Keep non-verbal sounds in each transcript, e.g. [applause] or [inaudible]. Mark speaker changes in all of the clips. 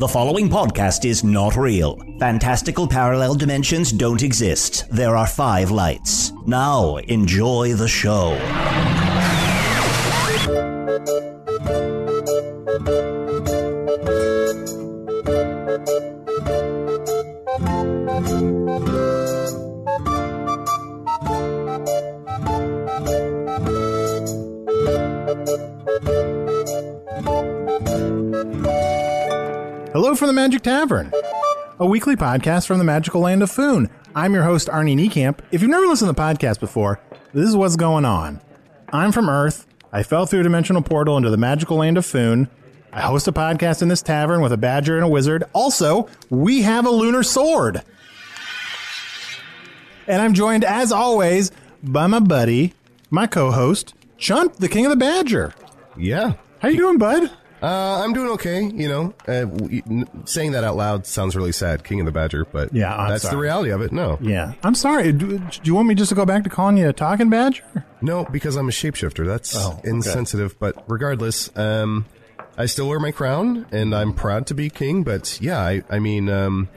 Speaker 1: The following podcast is not real. Fantastical parallel dimensions don't exist. There are five lights. Now, enjoy the show.
Speaker 2: Hello from the Magic Tavern, a weekly podcast from the magical land of Foon. I'm your host, Arnie Niekamp. If you've never listened to the podcast before, this is what's going on. I'm from Earth. I fell through a dimensional portal into the magical land of Foon. I host a podcast in this tavern with a badger and a wizard. Also, we have a lunar sword. And I'm joined, as always, by my buddy, my co-host, Chunt, the king of the badger.
Speaker 3: Yeah.
Speaker 2: How you doing, bud?
Speaker 3: Uh, I'm doing okay, you know. Uh, w- n- saying that out loud sounds really sad, King of the Badger, but
Speaker 2: Yeah, I'm
Speaker 3: that's the
Speaker 2: sorry.
Speaker 3: reality of it. No,
Speaker 2: Yeah. I'm sorry. Do, do you want me just to go back to calling you a talking badger?
Speaker 3: no, because I'm a shapeshifter. That's
Speaker 2: Oh, okay.
Speaker 3: insensitive. But regardless, um, I still wear my crown, and I'm proud to be king. But yeah, I, I mean, um,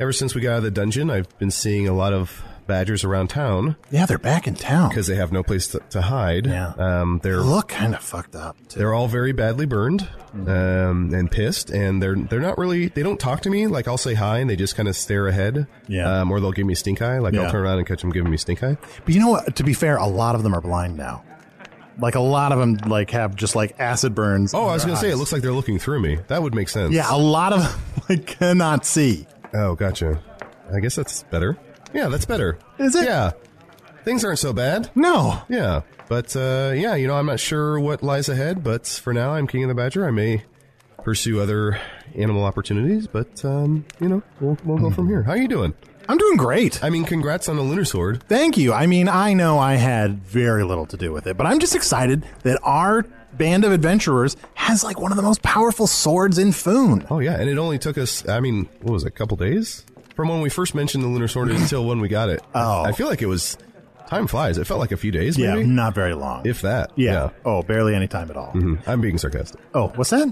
Speaker 3: ever since we got out of the dungeon, I've been seeing a lot of badgers around town
Speaker 2: Yeah, they're back in town.
Speaker 3: because they have no place to, to hide.
Speaker 2: Yeah.
Speaker 3: Um,
Speaker 2: they
Speaker 3: they're
Speaker 2: look kind of fucked up. Too.
Speaker 3: They're all very badly burned um, and pissed, and they're they're not really. They don't talk to me. Like I'll say hi, and they just kind of stare ahead.
Speaker 2: Yeah.
Speaker 3: Um, or they'll give me stink eye. Like
Speaker 2: Yeah.
Speaker 3: I'll turn around and catch them giving me stink eye.
Speaker 2: But you know what? To be fair, a lot of them are blind now. Like a lot of them, like have just like acid burns.
Speaker 3: Oh,
Speaker 2: in
Speaker 3: I was
Speaker 2: their
Speaker 3: gonna say it
Speaker 2: eyes.
Speaker 3: looks like they're looking through me. That would make sense.
Speaker 2: Yeah, a lot of them [laughs] like cannot see.
Speaker 3: Oh, gotcha. I guess that's better. Yeah, that's better.
Speaker 2: Is it?
Speaker 3: Yeah. Things aren't so bad.
Speaker 2: No.
Speaker 3: Yeah. But uh, yeah, you know, I'm not sure what lies ahead, but for now, I'm king of the badger. I may pursue other animal opportunities, but um, you know, we'll, we'll go from here. How you doing?
Speaker 2: I'm doing great.
Speaker 3: I mean, congrats on the lunar sword.
Speaker 2: Thank you. I mean, I know I had very little to do with it, but I'm just excited that our band of adventurers has like one of the most powerful swords in Foon.
Speaker 3: Oh yeah, and it only took us. I mean, what was it? A couple days from when we first mentioned the lunar sword until when we got it.
Speaker 2: Oh.
Speaker 3: I feel like it was. Time flies. It felt like a few days,
Speaker 2: Yeah,
Speaker 3: maybe,
Speaker 2: not very long.
Speaker 3: if that.
Speaker 2: yeah. Oh, barely any time at all.
Speaker 3: Mhm. I'm being sarcastic.
Speaker 2: Oh, what's that?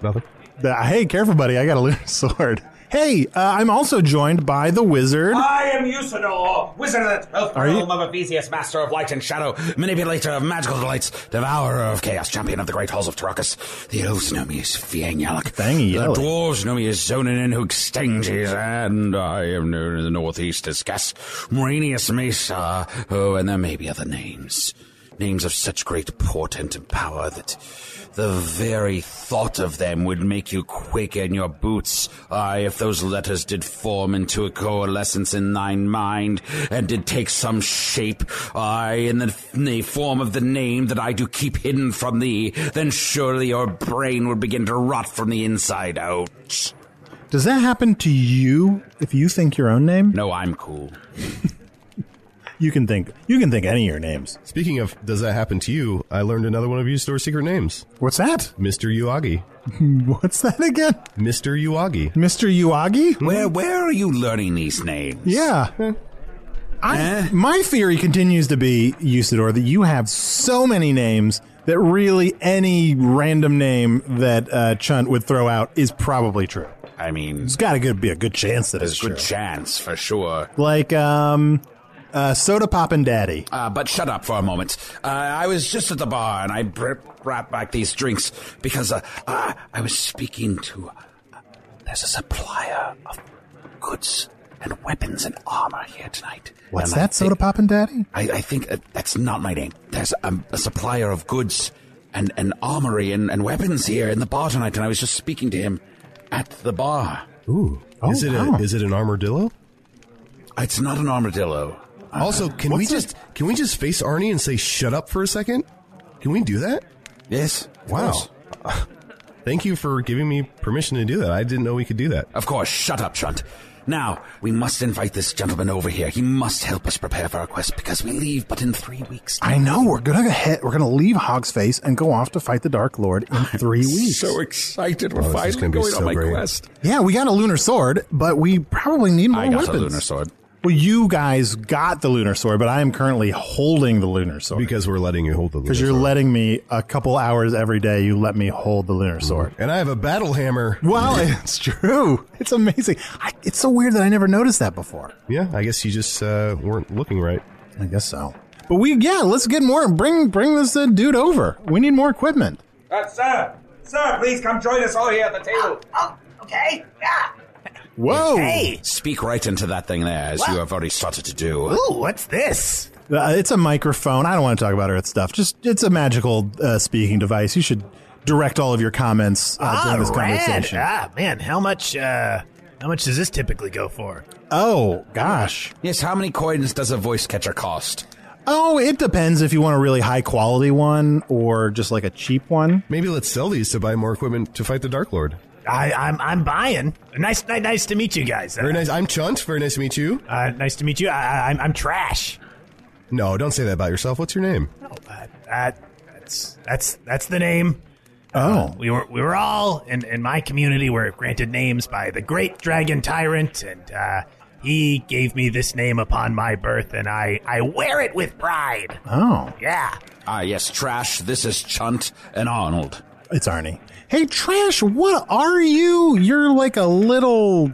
Speaker 3: Nothing.
Speaker 2: The, hey, careful, buddy. I got [laughs] a lunar sword. Hey, uh, I'm also joined by the wizard.
Speaker 4: I am Usador, wizard of the twelfth
Speaker 2: Are you-
Speaker 4: realm of Ephesius, master of light and shadow, manipulator of magical delights, devourer of chaos, champion of the great halls of Tarakas. The elves know me as Fiangyalak.
Speaker 2: Fiangyalak.
Speaker 4: The dwarves know me as Zonin who extinguishes, and I am known in the northeast as Gas Marinius Mesa. Oh, and there may be other names. Names of such great portent and power that the very thought of them would make you quake in your boots. Aye, if those letters did form into a coalescence in thine mind, and did take some shape, aye, in the, in the form of the name that I do keep hidden from thee, then surely your brain would begin to rot from the inside out.
Speaker 2: Does that happen to you if you think your own name?
Speaker 4: No, I'm cool.
Speaker 2: [laughs] You can think. You can think any of your names.
Speaker 3: Speaking of, does that happen to you? I learned another one of your store secret names,
Speaker 2: What's that?
Speaker 3: Mr. Uagi.
Speaker 2: [laughs] What's that again?
Speaker 3: Mr. Uagi.
Speaker 2: Mr. Uagi?
Speaker 3: Hmm?
Speaker 4: Where where are you learning these names?
Speaker 2: Yeah.
Speaker 4: Eh.
Speaker 2: I, my theory continues to be, Usador, that you have so many names that really any random name that uh, Chunt would throw out is probably true.
Speaker 4: I mean,
Speaker 2: It's got to be a good chance that it's
Speaker 4: there's a
Speaker 2: true.
Speaker 4: good chance for sure.
Speaker 2: like um, uh, Soda Poppin' Daddy.
Speaker 4: Uh, but shut up for a moment. Uh, I was just at the bar and I br- brought back these drinks because uh, uh, I was speaking to. Uh, there's a supplier of goods and weapons and armor here tonight.
Speaker 2: What's
Speaker 4: And I
Speaker 2: that, Soda
Speaker 4: think-
Speaker 2: Poppin' Daddy?
Speaker 4: I, I think uh, that's not my name. There's um, a supplier of goods and, and armory and, and weapons here in the bar tonight, and I was just speaking to him at the bar.
Speaker 3: Ooh.
Speaker 2: Oh,
Speaker 3: is it
Speaker 2: wow.
Speaker 3: a, is it an armadillo?
Speaker 4: It's not an armadillo. Uh,
Speaker 3: Also, can we
Speaker 2: what's
Speaker 3: just can we just face Arnie and say shut up for a second? Can we do that?
Speaker 4: Yes. of course.
Speaker 3: [laughs] Thank you for giving me permission to do that. I didn't know we could do that.
Speaker 4: Of course, shut up, Chunt. Now, we must invite this gentleman over here. He must help us prepare for our quest because we leave but in three weeks.
Speaker 2: I know we're gonna head, we're gonna leave Hog's Face and go off to fight the Dark Lord
Speaker 4: [laughs]
Speaker 2: in three weeks.
Speaker 4: excited. We're
Speaker 3: Oh, this is gonna be so great.
Speaker 2: yeah, we got a lunar sword, but we probably need more
Speaker 4: I got
Speaker 2: weapons.
Speaker 4: a lunar sword.
Speaker 2: Well, you guys got the lunar sword, but I am currently holding the lunar sword
Speaker 3: Because we're letting you hold the
Speaker 2: because you're
Speaker 3: lunar sword.
Speaker 2: letting me a couple hours every day. You let me hold the lunar sword.
Speaker 3: and I have a battle hammer.
Speaker 2: Well, [laughs] it's true. It's amazing. I, it's so weird that I never noticed that before.
Speaker 3: [laughs] Yeah, I guess you just uh, weren't looking right.
Speaker 2: I guess so. But we, yeah, let's get more. Bring bring this uh, dude over. We need more equipment.
Speaker 5: Uh, sir, sir, please come join us all here at the table.
Speaker 6: Oh, okay. Yeah.
Speaker 2: Whoa!
Speaker 7: Hey!
Speaker 4: Speak right into that thing there, as you have already started to do.
Speaker 7: Ooh, what's this?
Speaker 2: Uh, it's a microphone. I don't want to talk about Earth stuff. Just it's a magical uh, speaking device. You should direct all of your comments uh, during this
Speaker 7: Ah, rad.
Speaker 2: conversation.
Speaker 7: Ah, man, how much? uh How much does this typically go for?
Speaker 2: Oh gosh.
Speaker 4: Yes, how many coins does a voice catcher cost?
Speaker 2: Oh, it depends if you want a really high quality one or just like a cheap one.
Speaker 3: Maybe let's sell these to buy more equipment to fight the Dark Lord.
Speaker 7: I, I'm I'm buying. Nice, nice, nice to meet you guys. Uh,
Speaker 3: Very nice. I'm Chunt. Very nice to meet you.
Speaker 7: Uh, nice to meet you. I, I, I'm, I'm trash.
Speaker 3: No, don't say that about yourself. What's your name?
Speaker 7: No, uh, that, that's that's that's the name. Uh,
Speaker 2: Oh,
Speaker 7: We were we were all in in my community were granted names by the great dragon tyrant, and uh, he gave me this name upon my birth, and I I wear it with pride.
Speaker 2: oh,
Speaker 7: Yeah.
Speaker 4: Ah, yes, Trash, this is Chunt and Arnold.
Speaker 2: it's Arnie. Hey, Trash, what are you? You're like a little.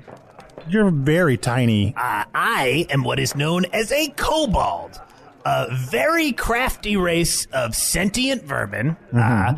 Speaker 2: You're very tiny.
Speaker 7: Uh, I am what is known as a kobold, a very crafty race of sentient vermin. Uh,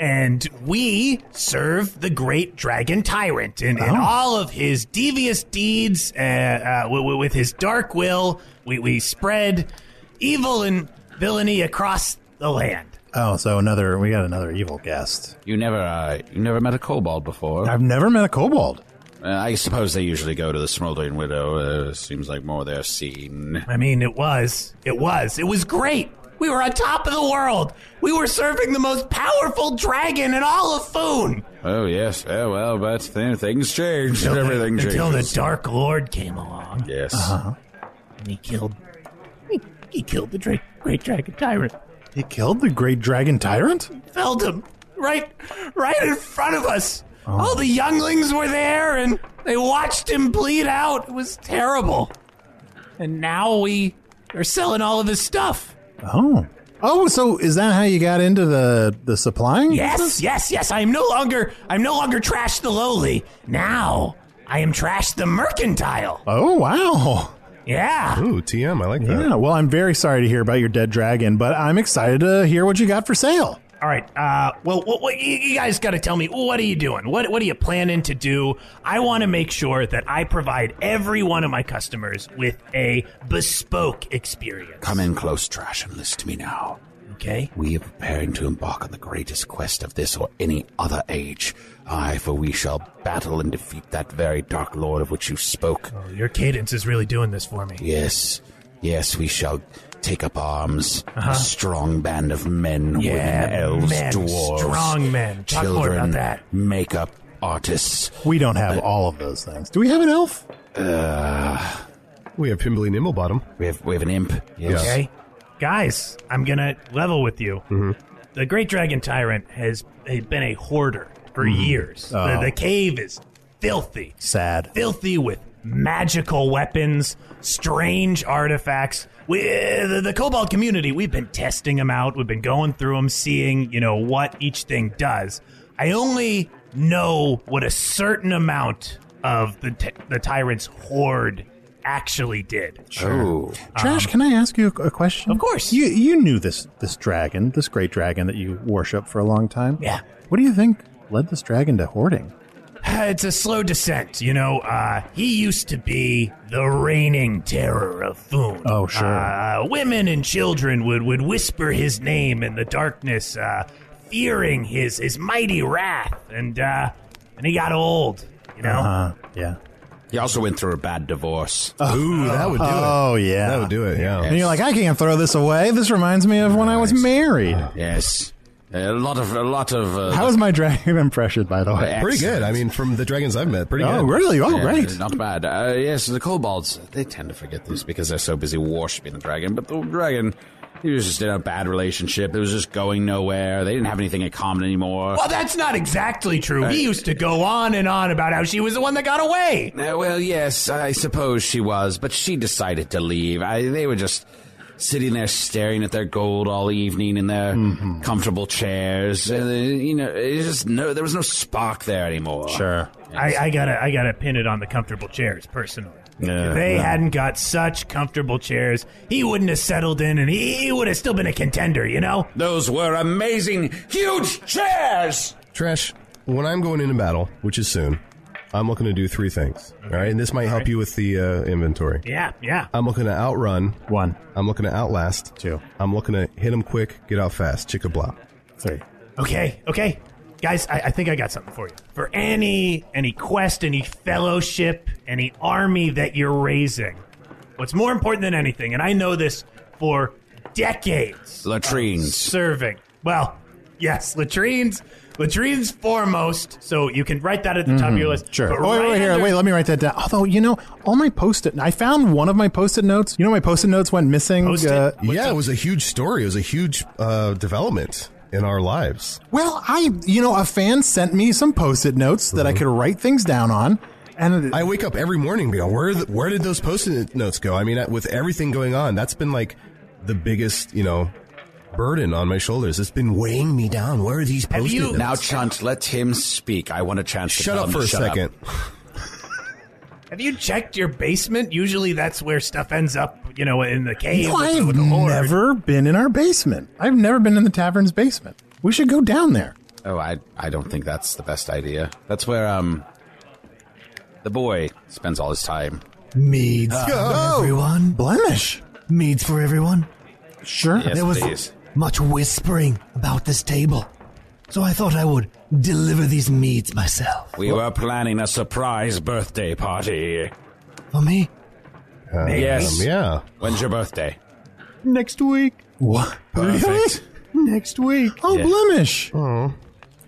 Speaker 7: and we serve the great dragon tyrant in, in all of his devious deeds, uh, uh, wi- wi- with his dark will. We, we spread evil and villainy across the land.
Speaker 2: Oh, so another. We got another evil guest.
Speaker 4: You never, uh, you never met a kobold before.
Speaker 2: I've never met a kobold.
Speaker 4: Uh, I suppose they usually go to the Smoldering Widow. Uh, seems like more their scene.
Speaker 7: I mean, it was. It was. It was great. We were on top of the world. We were serving the most powerful dragon in all of Foon.
Speaker 4: Oh yes, oh well, but then things change. Everything changes.
Speaker 7: until Uh-huh. the Dark Lord came along
Speaker 4: yes.
Speaker 7: and he killed. He, he killed the dra- Great Dragon Tyrant.
Speaker 2: He killed the great dragon tyrant.
Speaker 7: Felled him right, right in front of us.
Speaker 4: Oh.
Speaker 7: All the younglings were there and they watched him bleed out. It was terrible. And now we are selling all of his stuff.
Speaker 2: Oh. Oh, so is that how you got into the the supplying?
Speaker 7: Yes,
Speaker 2: business?
Speaker 7: yes, yes. I am no longer. I'm no longer trash the lowly. Now I am trash the mercantile.
Speaker 2: Oh, wow.
Speaker 7: Yeah.
Speaker 3: Ooh, TM. I like that.
Speaker 2: Yeah. Well, I'm very sorry to hear about your dead dragon, but I'm excited to hear what you got for sale.
Speaker 7: All right. Uh, well, what, what, you, you guys got to tell me what are you doing? What What are you planning to do? I want to make sure that I provide every one of my customers with a bespoke experience.
Speaker 4: Come in close, Trash, and listen to me now.
Speaker 7: Okay.
Speaker 4: We are preparing to embark on the greatest quest of this or any other age. Aye, for we shall battle and defeat that very dark lord of which you spoke.
Speaker 7: Oh, your cadence is really doing this for me.
Speaker 4: Yes, yes, we shall take up arms. A strong band of men,
Speaker 7: Uh-huh. Yeah,
Speaker 4: women, elves,
Speaker 7: men,
Speaker 4: dwarves,
Speaker 7: strong men. Talk
Speaker 4: children,
Speaker 7: more about that.
Speaker 4: makeup artists.
Speaker 2: We don't have all of those things. Do we have an elf?
Speaker 3: We have Pimbly Nimblebottom.
Speaker 4: Uh, We have we have an imp.
Speaker 7: Okay. Guys, I'm going to level with you.
Speaker 3: Mm-hmm.
Speaker 7: The Great Dragon Tyrant has has been a hoarder for years.
Speaker 2: Oh.
Speaker 7: The, the cave is filthy.
Speaker 2: Sad.
Speaker 7: Filthy with magical weapons, strange artifacts. We, uh, the, the Cobalt community, we've been testing them out. We've been going through them, seeing, you know, what each thing does. I only know what a certain amount of the, t- the Tyrant's hoard actually did.
Speaker 4: Oh.
Speaker 2: Josh, can I ask you a, a question?
Speaker 7: Uh-huh. Of course.
Speaker 2: You you knew this this dragon, this great dragon that you worship for a long time.
Speaker 7: Yeah.
Speaker 2: What do you think led this dragon to hoarding?
Speaker 7: [sighs] It's a slow descent, you know. Uh, he used to be the reigning terror of Foon.
Speaker 2: Oh, sure.
Speaker 7: Uh, women and children would, would whisper his name in the darkness, uh, fearing his, his mighty wrath. And uh, and he got old, you know.
Speaker 3: Uh-huh.
Speaker 2: Uh, yeah.
Speaker 4: He also went through a bad divorce.
Speaker 3: Oh. Ooh, that would do it.
Speaker 2: Oh yeah.
Speaker 3: That would do it, yeah.
Speaker 2: And you're like, I can't throw this away. This reminds me of when I was married.
Speaker 4: Yes. A lot of a lot of uh,
Speaker 2: How was my dragon [laughs] impression, by the way?
Speaker 3: Pretty good. I mean, from the dragons I've met, pretty
Speaker 2: Oh,
Speaker 3: good.
Speaker 2: really? Oh,
Speaker 4: Yeah,
Speaker 2: great.
Speaker 4: Not bad. Uh, yes, the kobolds, they tend to forget this because they're so busy worshipping the dragon. But the dragon, he was just in a bad relationship. It was just going nowhere. They didn't have anything in common anymore.
Speaker 7: Well, that's not exactly true. he used to go on and on about how she was the one that got away.
Speaker 4: Uh, well, yes, I suppose she was, but she decided to leave. I, they were just sitting there staring at their gold all evening in their
Speaker 2: Mm-hmm.
Speaker 4: comfortable chairs. And, uh, you know, it just no, there was no spark there anymore.
Speaker 2: Sure.
Speaker 7: I, I gotta I gotta pin it on the comfortable chairs personally.
Speaker 4: Yeah,
Speaker 7: if they
Speaker 4: yeah.
Speaker 7: hadn't got such comfortable chairs, he wouldn't have settled in, and he, he would have still been a contender. You know,
Speaker 4: Those were amazing, huge chairs.
Speaker 3: Trash, when I'm going into battle, which is soon, I'm looking to do three things. All right, and this might help you with the uh, inventory.
Speaker 7: yeah, yeah.
Speaker 3: I'm looking to outrun.
Speaker 2: One,
Speaker 3: I'm looking to outlast.
Speaker 2: Two.
Speaker 3: I'm looking to hit them quick, get out fast, chicka blah.
Speaker 2: three.
Speaker 7: Okay, okay, guys, I, I think I got something for you. For any any quest, any fellowship, any army that you're raising, what's more important than anything, and I know this for decades.
Speaker 4: Latrines.
Speaker 7: serving. Well, yes, latrines. Latrines foremost. So you can write that at the top of your list.
Speaker 2: Sure.
Speaker 7: But
Speaker 2: Oh, wait,
Speaker 7: right
Speaker 2: wait, here.
Speaker 7: under-
Speaker 2: Wait, let me write that down. Although, you know, all my post it, I found one of my post it notes. You know, my post it notes went missing. uh,
Speaker 7: Post-it?
Speaker 3: yeah, it was a huge story. It was a huge uh, development in our lives.
Speaker 2: well, I, you know, a fan sent me some post it notes that I
Speaker 3: Mm-hmm.
Speaker 2: could write things down on. And it,
Speaker 3: I wake up every morning, and be like, where th- where did those post-it notes go? I mean, with everything going on, that's been like the biggest, you know, burden on my shoulders. It's been weighing me down. Where are these
Speaker 7: Have
Speaker 3: post-it
Speaker 7: you-
Speaker 3: notes?
Speaker 4: Now, Chunt, let him speak. I want a chance to
Speaker 3: shut
Speaker 4: tell
Speaker 3: up
Speaker 4: him
Speaker 3: for
Speaker 4: to
Speaker 3: a
Speaker 4: shut
Speaker 3: second.
Speaker 4: Up.
Speaker 7: Have you checked your basement? Usually that's where stuff ends up, you know, in the cave.
Speaker 2: No,
Speaker 7: with the-
Speaker 2: I've
Speaker 7: with the Lord.
Speaker 2: never been in our basement. I've never been in the tavern's basement. We should go down there.
Speaker 4: Oh, I, I don't think that's the best idea. That's where um, the boy spends all his time.
Speaker 8: Meads for Uh, everyone.
Speaker 2: Blemish.
Speaker 8: Meads for everyone.
Speaker 2: Sure.
Speaker 4: Yes,
Speaker 8: There was
Speaker 4: please.
Speaker 8: much whispering about this table, so I thought I would deliver these meads myself.
Speaker 4: We were planning a surprise birthday party.
Speaker 8: For me,
Speaker 3: Uh,
Speaker 4: Yes.
Speaker 3: um, yeah.
Speaker 4: When's your birthday?
Speaker 8: next week.
Speaker 3: [laughs]
Speaker 2: What? [laughs]
Speaker 4: Perfect.
Speaker 8: [laughs] Next week.
Speaker 2: Oh, blemish.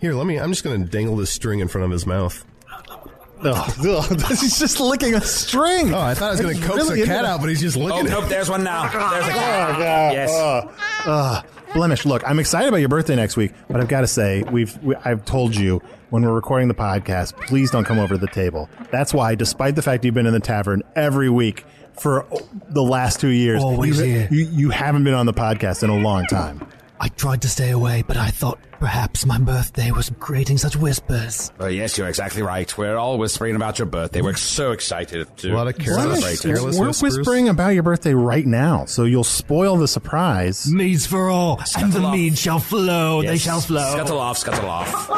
Speaker 3: Here, let me. I'm just going to dangle this string in front of his mouth.
Speaker 2: [laughs] He's just licking a string.
Speaker 3: Oh, I thought I was going to
Speaker 2: It's
Speaker 3: coax
Speaker 2: really
Speaker 3: the cat
Speaker 2: into-
Speaker 3: out, but he's just
Speaker 4: Oh,
Speaker 3: looking. at
Speaker 4: nope, there's one now. There's a cat.
Speaker 2: Oh,
Speaker 4: Yes.
Speaker 2: Blemish, look, I'm excited about your birthday next week, but I've got to say, we've we, I've told you when we're recording the podcast, please don't come over to the table. That's why, despite the fact you've been in the tavern every week for the last two years,
Speaker 8: Always
Speaker 2: you,
Speaker 8: here.
Speaker 2: you you haven't been on the podcast in a long time.
Speaker 8: I tried to stay away, but I thought perhaps my birthday was creating such whispers.
Speaker 4: Oh, yes, you're exactly right. We're all whispering about your birthday. We're so excited to
Speaker 3: A lot of careless-
Speaker 4: celebrate
Speaker 2: Blemish,
Speaker 4: it.
Speaker 3: careless-
Speaker 2: we're
Speaker 3: whispers.
Speaker 2: whispering about your birthday right now, so you'll spoil the surprise.
Speaker 8: Meads for all, and the
Speaker 4: Scuttle off.
Speaker 8: mead shall
Speaker 2: Oh,
Speaker 8: flow. They
Speaker 4: Yes.
Speaker 8: shall flow.
Speaker 4: Scuttle off, scuttle off.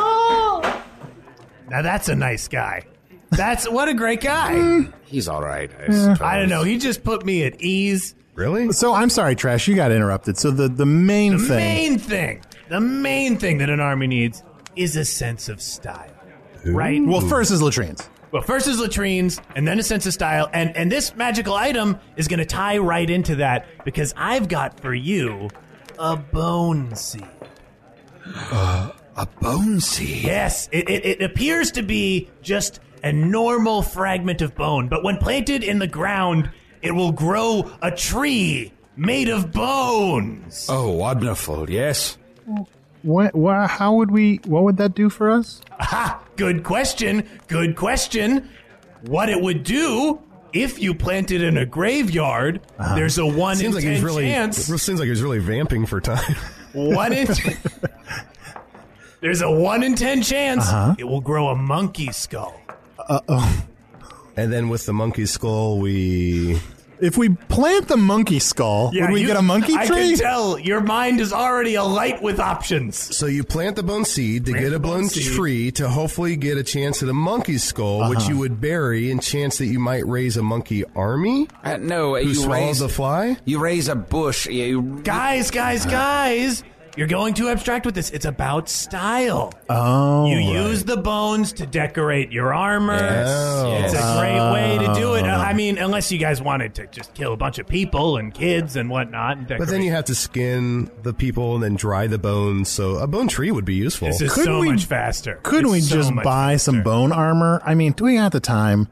Speaker 7: Now that's a nice guy. That's what a great
Speaker 2: Hmm.
Speaker 7: guy.
Speaker 4: He's all right. I, suppose.
Speaker 7: I don't know. He just put me at ease.
Speaker 3: Really?
Speaker 2: So I'm sorry, Trash, you got interrupted. So the the main
Speaker 7: The
Speaker 2: thing.
Speaker 7: main thing, the main thing that an army needs is a sense of style, right?
Speaker 2: well, first is latrines.
Speaker 7: Well, first is latrines, and then a sense of style, and and this magical item is going to tie right into that because I've got for you a bone seed.
Speaker 4: Uh, A bone seed.
Speaker 7: Yes, it, it, it appears to be just a normal fragment of bone, but when planted in the ground, It will grow a tree made of bones.
Speaker 4: Oh, wonderful, yes.
Speaker 2: What, wha how would we? What would that do for us?
Speaker 7: Aha! Good question. Good question. What it would do if you planted in a graveyard? There's a one
Speaker 3: Uh-huh. seems
Speaker 7: in
Speaker 3: like he's
Speaker 7: ten
Speaker 3: [laughs] really,
Speaker 7: chance.
Speaker 3: Seems like he's really vamping for time. [laughs]
Speaker 7: One in. There's a one in ten chance it will grow a monkey skull.
Speaker 2: Uh oh.
Speaker 3: And then with the monkey skull, we
Speaker 2: If we plant the monkey
Speaker 3: Oh,
Speaker 2: skull, would we
Speaker 7: you-
Speaker 2: get a monkey
Speaker 7: I
Speaker 2: tree?
Speaker 7: can tell your mind is already alight with options.
Speaker 3: So you plant the bone seed to get a bone
Speaker 7: seed.
Speaker 3: tree to hopefully get a chance at a monkey skull, which
Speaker 2: Uh-huh.
Speaker 3: you would bury in chance that you might raise a monkey army.
Speaker 4: Uh, no,
Speaker 3: Who
Speaker 4: you
Speaker 3: swallows
Speaker 4: raise
Speaker 3: the fly?
Speaker 4: You raise a bush. You,
Speaker 7: Guys, guys, guys, you're going too abstract with this. It's about style.
Speaker 2: oh,
Speaker 7: You use the bones to decorate your armor.
Speaker 4: Yes,
Speaker 7: It's
Speaker 4: yes.
Speaker 7: a great way to do it. Uh, I mean, unless you guys wanted to just kill a bunch of people and kids and whatnot. And
Speaker 3: But then
Speaker 7: decorate.
Speaker 3: you have to skin the people and then dry the bones. So a bone tree would be useful.
Speaker 7: this is
Speaker 2: Couldn't
Speaker 7: so
Speaker 2: we-
Speaker 7: much faster.
Speaker 2: Couldn't
Speaker 7: It's
Speaker 2: we
Speaker 7: so
Speaker 2: just
Speaker 7: much
Speaker 2: buy some
Speaker 7: faster.
Speaker 2: bone armor? I mean, do we have the time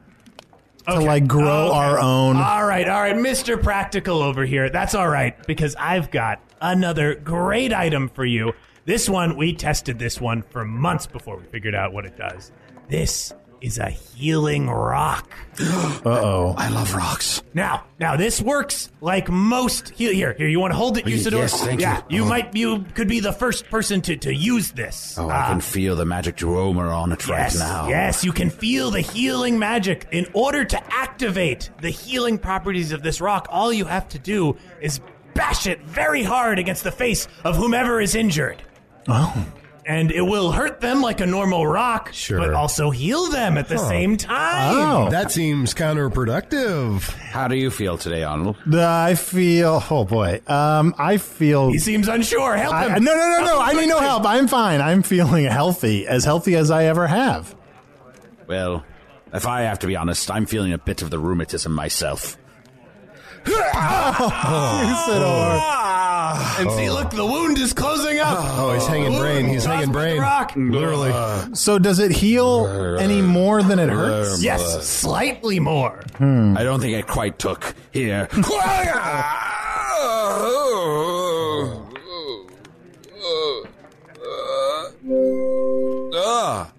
Speaker 2: to
Speaker 7: Okay. Oh,
Speaker 2: like grow
Speaker 7: Okay. Ah.
Speaker 2: our own? [gasps]
Speaker 7: All right, all right, Mr. Practical over here. That's all right because I've got another great item for you. This one we tested this one for months before we figured out what it does. This is a healing rock.
Speaker 2: uh oh.
Speaker 4: I love rocks.
Speaker 7: Now, now this works like most heal here. Here, you want to hold it,
Speaker 4: Oh,
Speaker 7: Usador?
Speaker 4: yes, thank you.
Speaker 7: yeah, you
Speaker 4: Oh.
Speaker 7: might you could be the first person to to use this.
Speaker 4: Oh,
Speaker 7: Uh,
Speaker 4: I can feel the magic aroma on it
Speaker 7: yes,
Speaker 4: right now.
Speaker 7: Yes, you can feel the healing magic. In order to activate the healing properties of this rock, all you have to do is bash it very hard against the face of whomever is injured.
Speaker 2: Oh.
Speaker 7: And it will hurt them like a normal rock,
Speaker 3: Sure.
Speaker 7: but also heal them at the same time.
Speaker 2: Oh.
Speaker 3: that seems counterproductive.
Speaker 4: How do you feel today, Arnold?
Speaker 2: I feel. Oh boy. Um, I feel.
Speaker 7: He seems unsure. Help
Speaker 2: I,
Speaker 7: him. Oh,
Speaker 2: I- no, no, no, no.
Speaker 7: Help
Speaker 2: I
Speaker 7: him
Speaker 2: need no
Speaker 7: quickly.
Speaker 2: help. I'm fine. I'm feeling healthy, as healthy as I
Speaker 7: [laughs]
Speaker 2: ever have.
Speaker 4: Well, if I have to be honest, I'm feeling a bit of the rheumatism myself.
Speaker 2: "Oh, ah."
Speaker 7: And see, look, the wound is closing up.
Speaker 3: Oh, he's hanging brain. He's hanging brain.
Speaker 7: Rock.
Speaker 3: Literally.
Speaker 7: Ah.
Speaker 2: So does it heal any more than it hurts?
Speaker 7: Yes, slightly
Speaker 4: [laughs]
Speaker 7: more.
Speaker 4: I don't think I quite took here. ah,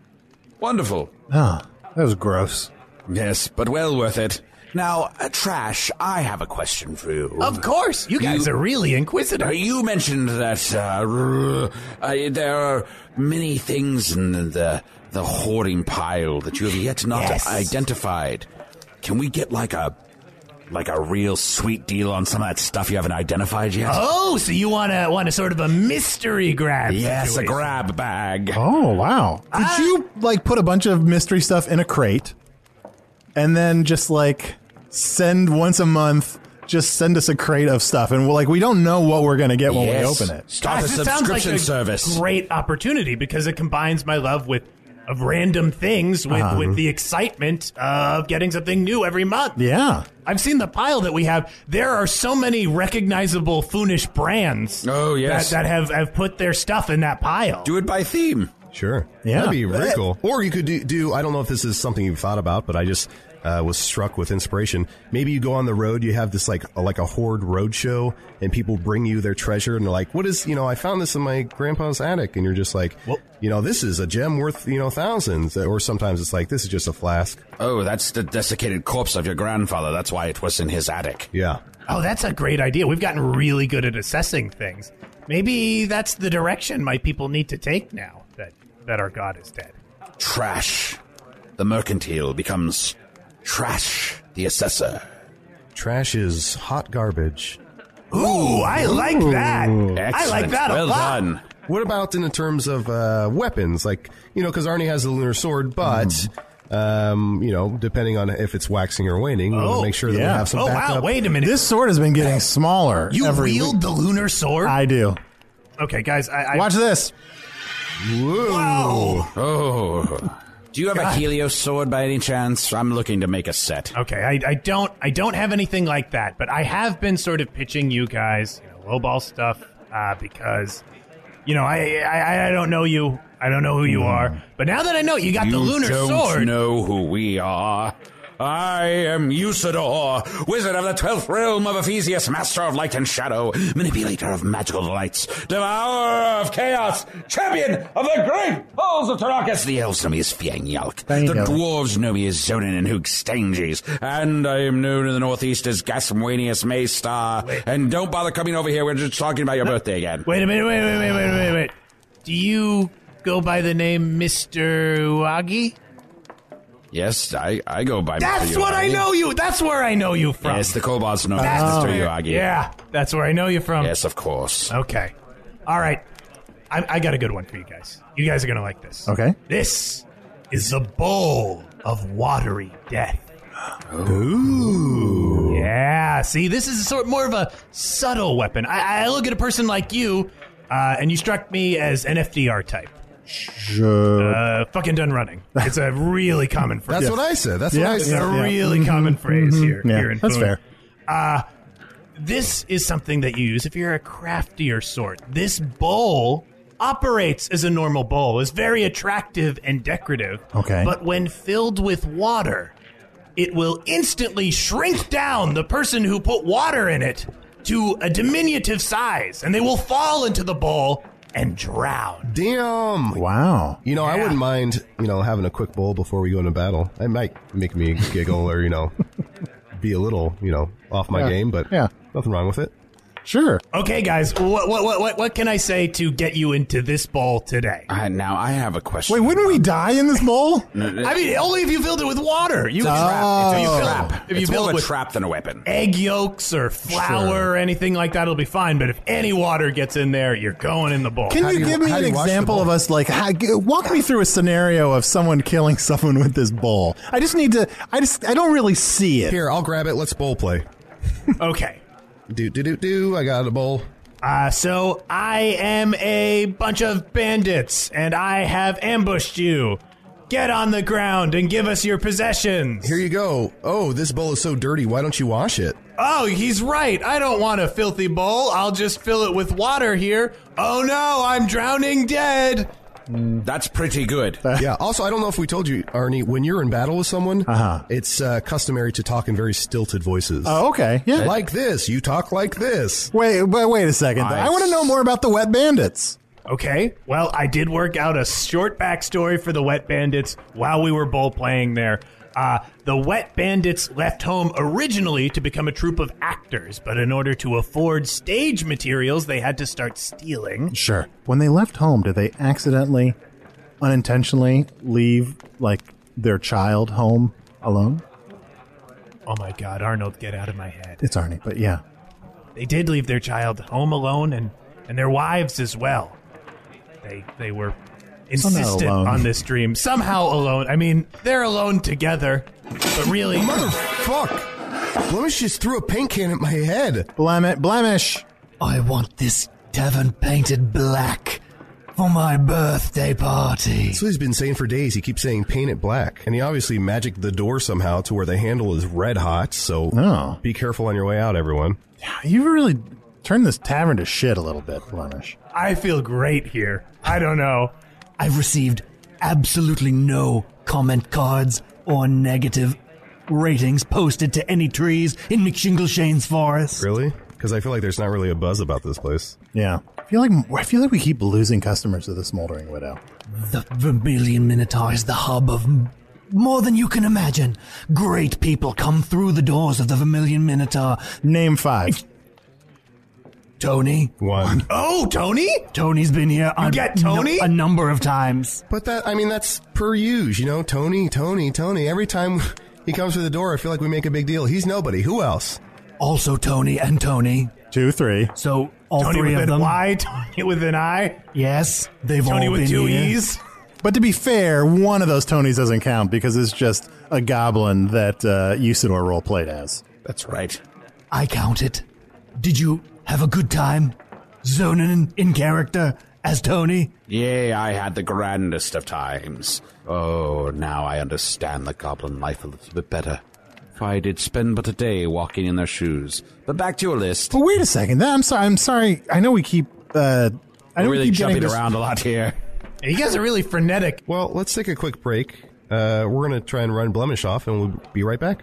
Speaker 4: wonderful.
Speaker 2: Oh, that was gross.
Speaker 4: Yes, but well worth it. Now, uh, Trash, I have a question for you.
Speaker 7: Of course, you guys
Speaker 4: You-
Speaker 7: are really
Speaker 4: Uh,
Speaker 7: inquisitive.
Speaker 4: You mentioned that uh, r- uh, there are many things in the the hoarding pile that you have yet not
Speaker 7: Yes.
Speaker 4: identified. Can we get like a like a real sweet deal on some of that stuff you haven't identified yet?
Speaker 7: Oh, so you want to want a sort of a mystery grab?
Speaker 4: yes, a
Speaker 7: situation.
Speaker 4: grab bag.
Speaker 2: Oh wow. Did
Speaker 7: I-
Speaker 2: you like put a bunch of mystery stuff in a crate, and then just like send once a month? Just send us a crate of stuff, and we're like, we don't know what we're gonna get when
Speaker 4: Yes.
Speaker 2: we open it.
Speaker 4: Start
Speaker 7: Gosh,
Speaker 4: a
Speaker 7: this sounds like
Speaker 4: subscription
Speaker 7: a
Speaker 4: service.
Speaker 7: Great opportunity because it combines my love with of random things with
Speaker 2: Uh-huh.
Speaker 7: with the excitement of getting something new every month.
Speaker 2: Yeah.
Speaker 7: I've seen the pile that we have. There are so many recognizable Foonish brands.
Speaker 4: Oh, yes.
Speaker 7: that, that have, have put their stuff in that pile.
Speaker 4: Do it by theme.
Speaker 3: Sure.
Speaker 2: Yeah.
Speaker 3: That'd be really cool. Or you could do, do I don't know if this is something you've thought about, but I just uh, was struck with inspiration. Maybe you go on the road, you have this like a, like a hoard road show, and people bring you their treasure, and they're like, "What is you know? I found this in my grandpa's attic," and you're just like, "You know, this is a gem worth you know thousands. Or sometimes it's like, "This is just a flask."
Speaker 4: Oh, that's the desiccated corpse of your grandfather. That's why it was in his attic.
Speaker 3: Yeah.
Speaker 7: Oh, that's a great idea. We've gotten really good at assessing things. Maybe that's the direction my people need to take now that, that our god is dead.
Speaker 4: Trash. The mercantile becomes trash. The assessor.
Speaker 3: Trash is hot garbage.
Speaker 7: Ooh, I like that. I like
Speaker 4: Excellent.
Speaker 7: that
Speaker 4: well
Speaker 7: a lot.
Speaker 4: done.
Speaker 3: What about in the terms of uh, weapons? Like, you know, because Arnie has the lunar sword, but,
Speaker 2: Hmm.
Speaker 3: um, you know, depending on if it's waxing or waning, we want
Speaker 7: Oh,
Speaker 3: to make sure that
Speaker 2: yeah.
Speaker 3: we have some
Speaker 7: Oh,
Speaker 3: backup.
Speaker 7: wow. Wait a minute.
Speaker 2: This sword has been getting
Speaker 3: [laughs]
Speaker 2: smaller.
Speaker 7: you
Speaker 2: every
Speaker 7: wield
Speaker 2: week.
Speaker 7: the lunar sword?
Speaker 2: I do.
Speaker 7: okay, guys, I. I
Speaker 2: Watch this.
Speaker 3: Whoa.
Speaker 7: Oh.
Speaker 4: Oh. Do you have a Helios sword by any chance? I'm looking to make a set.
Speaker 7: Okay, I, I don't I don't have anything like that, but I have been sort of pitching you guys you know, lowball stuff uh, because you know I, I I don't know you, I don't know who you are, but now that I know you got
Speaker 4: Hmm. you
Speaker 7: the lunar
Speaker 4: don't
Speaker 7: sword,
Speaker 4: know who we are. I am Usador, wizard of the twelfth realm of Ephesius, master of light and shadow, manipulator of magical lights, devourer of chaos, champion of the great halls of Tarakas. The elves know me as Fiang Yalk. The dwarves know me as Zonin and Hoogstanges, and I am known in the northeast as Gasmuenius Maystar. And don't bother coming over here, we're just talking about your birthday again.
Speaker 7: Wait a minute, wait, wait, wait, wait, wait, wait. Do you go by the name Mr. Wagi?
Speaker 4: Yes, I, I go by
Speaker 7: That's
Speaker 4: Mr.
Speaker 7: what I
Speaker 4: Yagi.
Speaker 7: know you. That's where I know you from.
Speaker 4: Yes, the kobolds know me as
Speaker 7: That's
Speaker 4: Mr.
Speaker 7: where-
Speaker 4: Yagi.
Speaker 7: Yeah, that's where I know you from.
Speaker 4: Yes, of course.
Speaker 7: Okay. All right. I, I got a good one for you guys. You guys are going to like this.
Speaker 2: Okay.
Speaker 7: This is the bowl of watery death. Ooh. Yeah. See, this is sort more of a subtle weapon. I, I look at a person like you, uh, and you struck me as an FDR type. Uh, fucking done running. It's a really common phrase.
Speaker 3: That's what I said. That's what I
Speaker 7: It's
Speaker 3: said.
Speaker 7: a really common phrase here.
Speaker 2: Mm-hmm. Yeah,
Speaker 7: here in
Speaker 2: that's
Speaker 7: Boone.
Speaker 2: fair.
Speaker 7: Uh, this is something that you use if you're a craftier sort. This bowl operates as a normal bowl. It's very attractive and decorative.
Speaker 2: Okay.
Speaker 7: But when filled with water, it will instantly shrink down the person who put water in it to a diminutive size, and they will fall into the bowl and drown.
Speaker 3: Damn.
Speaker 2: Wow.
Speaker 3: You know, I wouldn't mind, you know, having a quick bowl before we go into battle. It might make me giggle or, you know, be a little, you know, off my
Speaker 2: Yeah.
Speaker 3: game, but
Speaker 2: Yeah.
Speaker 3: nothing wrong with it.
Speaker 2: Sure.
Speaker 7: Okay, guys, what what what what, what can I say to get you into this bowl today?
Speaker 4: I, Uh, now I have a question.
Speaker 2: Wait, wouldn't we die in this bowl?
Speaker 7: I mean, only if you filled it with water. You can
Speaker 2: Oh.
Speaker 7: if you
Speaker 2: It's a
Speaker 7: fill-
Speaker 4: trap.
Speaker 7: If you
Speaker 4: it's
Speaker 7: fill
Speaker 4: more
Speaker 7: it
Speaker 4: of a
Speaker 7: with
Speaker 4: trap than a weapon.
Speaker 7: egg yolks or flour or anything like that, it'll be fine. But if any water gets in there, you're going in the bowl.
Speaker 2: Can
Speaker 3: How
Speaker 2: you,
Speaker 3: do you-
Speaker 2: give me
Speaker 3: how
Speaker 2: an
Speaker 3: do you wash the
Speaker 2: example
Speaker 3: bowl?
Speaker 2: of us like how, g- walk me through a scenario of someone killing [laughs] someone with this bowl? I just need to. I just. I don't really see it.
Speaker 3: Here, I'll grab it. Let's bowl play.
Speaker 7: okay.
Speaker 3: [laughs] Do, do, do, do. I got a bowl.
Speaker 7: Uh, so I am a bunch of bandits and I have ambushed you. Get on the ground and give us your possessions.
Speaker 3: Here you go. Oh, this bowl is so dirty. Why don't you wash it?
Speaker 7: Oh, he's right. I don't want a filthy bowl. I'll just fill it with water here. Oh no, I'm drowning dead.
Speaker 4: Mm. That's
Speaker 2: [laughs]
Speaker 4: pretty good.
Speaker 3: yeah. Also, I don't know if we told you, Arnie, when you're in battle with someone, uh-huh. it's uh, customary to talk in very stilted voices.
Speaker 2: Oh, okay. Yeah.
Speaker 3: Like this. You talk like this.
Speaker 2: Wait, but wait a second. though. I want to know more about the wet bandits.
Speaker 7: Okay. Well, I did work out a short backstory for the Wet Bandits while we were bowl playing there. Uh, the Wet Bandits left home originally to become a troupe of actors, but in order to afford stage materials, they had to start stealing.
Speaker 2: Sure. When they left home, did they accidentally, unintentionally leave like their child home alone?
Speaker 7: Oh my God, Arnold, get out of my head.
Speaker 2: It's Arnie, but yeah.
Speaker 7: They did leave their child home alone and, and their wives as well. They, they were insistent
Speaker 2: alone.
Speaker 7: on this dream. Somehow alone. I mean, they're alone together, but really.
Speaker 3: Motherfuck. Blemish just threw a paint can at my head.
Speaker 2: Blem- blemish.
Speaker 8: I want this tavern painted black for my birthday party.
Speaker 3: That's what he's been saying for days. He keeps saying paint it black. And he obviously magicked the door somehow to where the handle is red hot. So
Speaker 2: Oh.
Speaker 3: be careful on your way out, everyone.
Speaker 2: You've really turned this tavern to shit a little bit, Blemish.
Speaker 7: I feel great here. I [laughs] don't know.
Speaker 8: I've received absolutely no comment cards or negative ratings posted to any trees in McShingleshane's forest.
Speaker 3: Really? Because I feel like there's not really a buzz about this place.
Speaker 2: Yeah. I feel like I feel like we keep losing customers to the Smoldering Widow.
Speaker 8: The Vermilion Minotaur is the hub of m- more than you can imagine. Great people come through the doors of the Vermilion Minotaur.
Speaker 2: Name five.
Speaker 8: Tony.
Speaker 3: One.
Speaker 7: Oh, Tony?
Speaker 8: Tony's been here on
Speaker 7: get Tony?
Speaker 8: a number of times.
Speaker 3: But that, I mean, that's per use, you know? Tony, Tony, Tony. Every time [laughs] he comes through the door, I feel like we make a big deal. He's nobody. Who else?
Speaker 8: Also Tony and Tony.
Speaker 2: Two, three.
Speaker 8: So all
Speaker 7: Tony
Speaker 8: three
Speaker 7: with
Speaker 8: of
Speaker 7: an
Speaker 8: them. [laughs]
Speaker 7: Y, Tony with an I,
Speaker 8: Yes, they've
Speaker 7: Tony
Speaker 8: all
Speaker 7: with
Speaker 8: been
Speaker 7: two
Speaker 8: here.
Speaker 7: E's.
Speaker 2: But to be fair, one of those Tonys doesn't count because it's just a goblin that uh, Usador role played as.
Speaker 4: That's right.
Speaker 8: I count it. Did you have a good time? Zonin in character as Tony?
Speaker 4: Yea, I had the grandest of times. Oh, now I understand the goblin life a little bit better. For I did spend but a day walking in their shoes. But back to your list.
Speaker 2: But wait a second. That- I'm sorry. I'm sorry. I know we keep. Uh, I know
Speaker 4: We're
Speaker 2: we
Speaker 4: really
Speaker 7: [laughs]
Speaker 2: keep getting
Speaker 4: jumping
Speaker 2: dis-
Speaker 4: around a lot here.
Speaker 7: You guys are really frenetic.
Speaker 3: Well, let's take a quick break Uh, we're going to try and run Blemish off, and we'll be right back.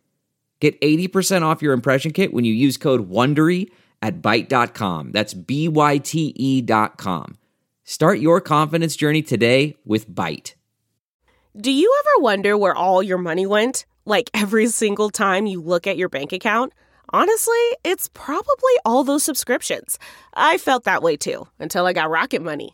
Speaker 9: Get 80% off your impression kit when you use code WONDERY at Byte.com. That's B-Y-T-E E dot com. Start your confidence journey today with Byte.
Speaker 10: Do you ever wonder where all your money went? Like every single time you look at your bank account? Honestly, it's probably all those subscriptions. I felt that way too until I got Rocket Money.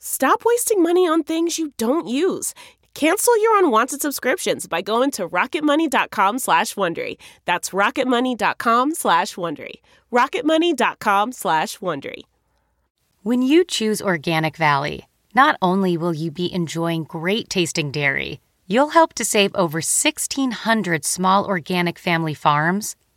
Speaker 10: Stop wasting money on things you don't use. Cancel your unwanted subscriptions by going to rocketmoney.com slash Wondery. That's rocketmoney.com slash Wondery. rocketmoney.com slash Wondery.
Speaker 11: When you choose Organic Valley, not only will you be enjoying great tasting dairy, you'll help to save over 1,600 small organic family farms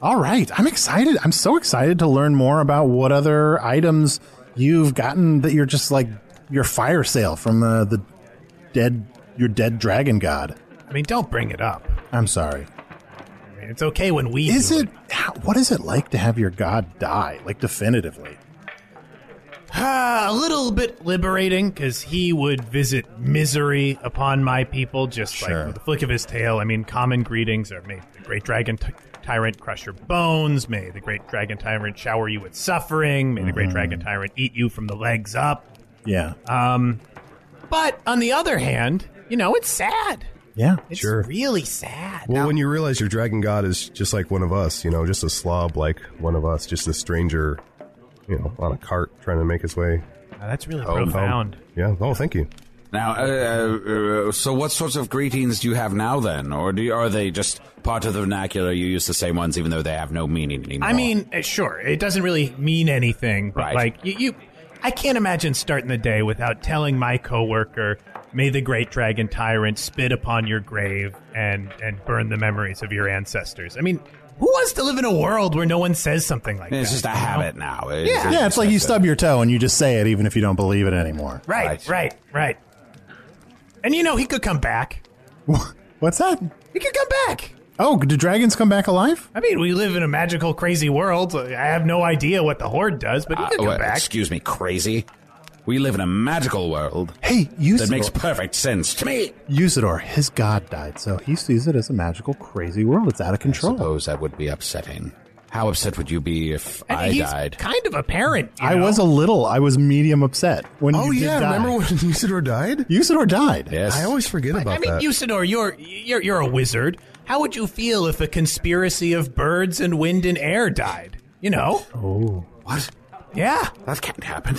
Speaker 2: All right. I'm excited. I'm so excited to learn more about what other items you've gotten that you're just like your fire sale from the, the dead, your dead dragon god.
Speaker 7: I mean, don't bring it up.
Speaker 2: I'm sorry.
Speaker 7: I mean, it's okay when we.
Speaker 2: Is
Speaker 7: do
Speaker 2: it, how- what is it like to have your god die, like definitively?
Speaker 7: Ah, a little bit liberating because he would visit misery upon my people just like with the flick of his tail. I mean, common greetings are may the great dragon ty- tyrant crush your bones, may the great dragon tyrant shower you with suffering, may the great
Speaker 2: Mhm.
Speaker 7: dragon tyrant eat you from the legs up.
Speaker 2: Yeah.
Speaker 7: Um, but on the other hand, you know, it's sad.
Speaker 2: Yeah,
Speaker 7: It's
Speaker 3: sure.
Speaker 7: really sad.
Speaker 3: Well, when you realize your dragon god is just like one of us, you know, just a slob like one of us, just a stranger, you know, on a cart trying to make his way.
Speaker 7: that's really
Speaker 3: home.
Speaker 4: profound.
Speaker 3: Yeah. Oh, thank you.
Speaker 4: Now, uh, uh, uh, so what sorts of greetings do you have now then? Or do you, are they just part of the vernacular? You use the same ones even though they have no meaning anymore?
Speaker 7: I mean, uh, sure, it doesn't really mean anything, but
Speaker 4: Right.
Speaker 7: like you, you, I can't imagine starting the day without telling my coworker, "May the great dragon tyrant spit upon your grave and and burn the memories of your ancestors." I mean, who wants to live in a world where no one says something like
Speaker 4: it's
Speaker 7: that?
Speaker 4: just a habit now. It's
Speaker 2: yeah. Yeah. It's like you stub your toe and you just say it even if you don't believe it anymore.
Speaker 7: Right, right, right. And you know he could come back.
Speaker 2: What's that?
Speaker 7: He could come back.
Speaker 2: Oh, do dragons come back alive?
Speaker 7: I mean, we live in a magical, crazy world. I have no idea what the horde does, but he
Speaker 4: Uh,
Speaker 7: could come
Speaker 4: well,
Speaker 7: back.
Speaker 4: excuse me, crazy. We live in a magical world.
Speaker 2: Hey, you
Speaker 4: that
Speaker 2: said-
Speaker 4: makes perfect sense to me.
Speaker 2: Usador, his god died, so he sees it as a magical, crazy world. It's out of control.
Speaker 4: suppose that would be upsetting. How upset would you be if I,
Speaker 7: he's
Speaker 4: died?
Speaker 7: Kind of a parent. you
Speaker 2: I
Speaker 7: know?
Speaker 2: was a little. I was medium upset when.
Speaker 7: Oh,
Speaker 2: you did
Speaker 7: yeah,
Speaker 2: die.
Speaker 7: remember
Speaker 3: when [laughs] Usador died?
Speaker 2: Usador died.
Speaker 4: Yes,
Speaker 3: I always forget about
Speaker 7: I mean,
Speaker 3: that.
Speaker 7: Usador, you're you're you're a wizard. How would you feel if a conspiracy of birds and wind and air died? You know?
Speaker 2: Oh,
Speaker 4: what?
Speaker 7: Yeah.
Speaker 4: That can't happen.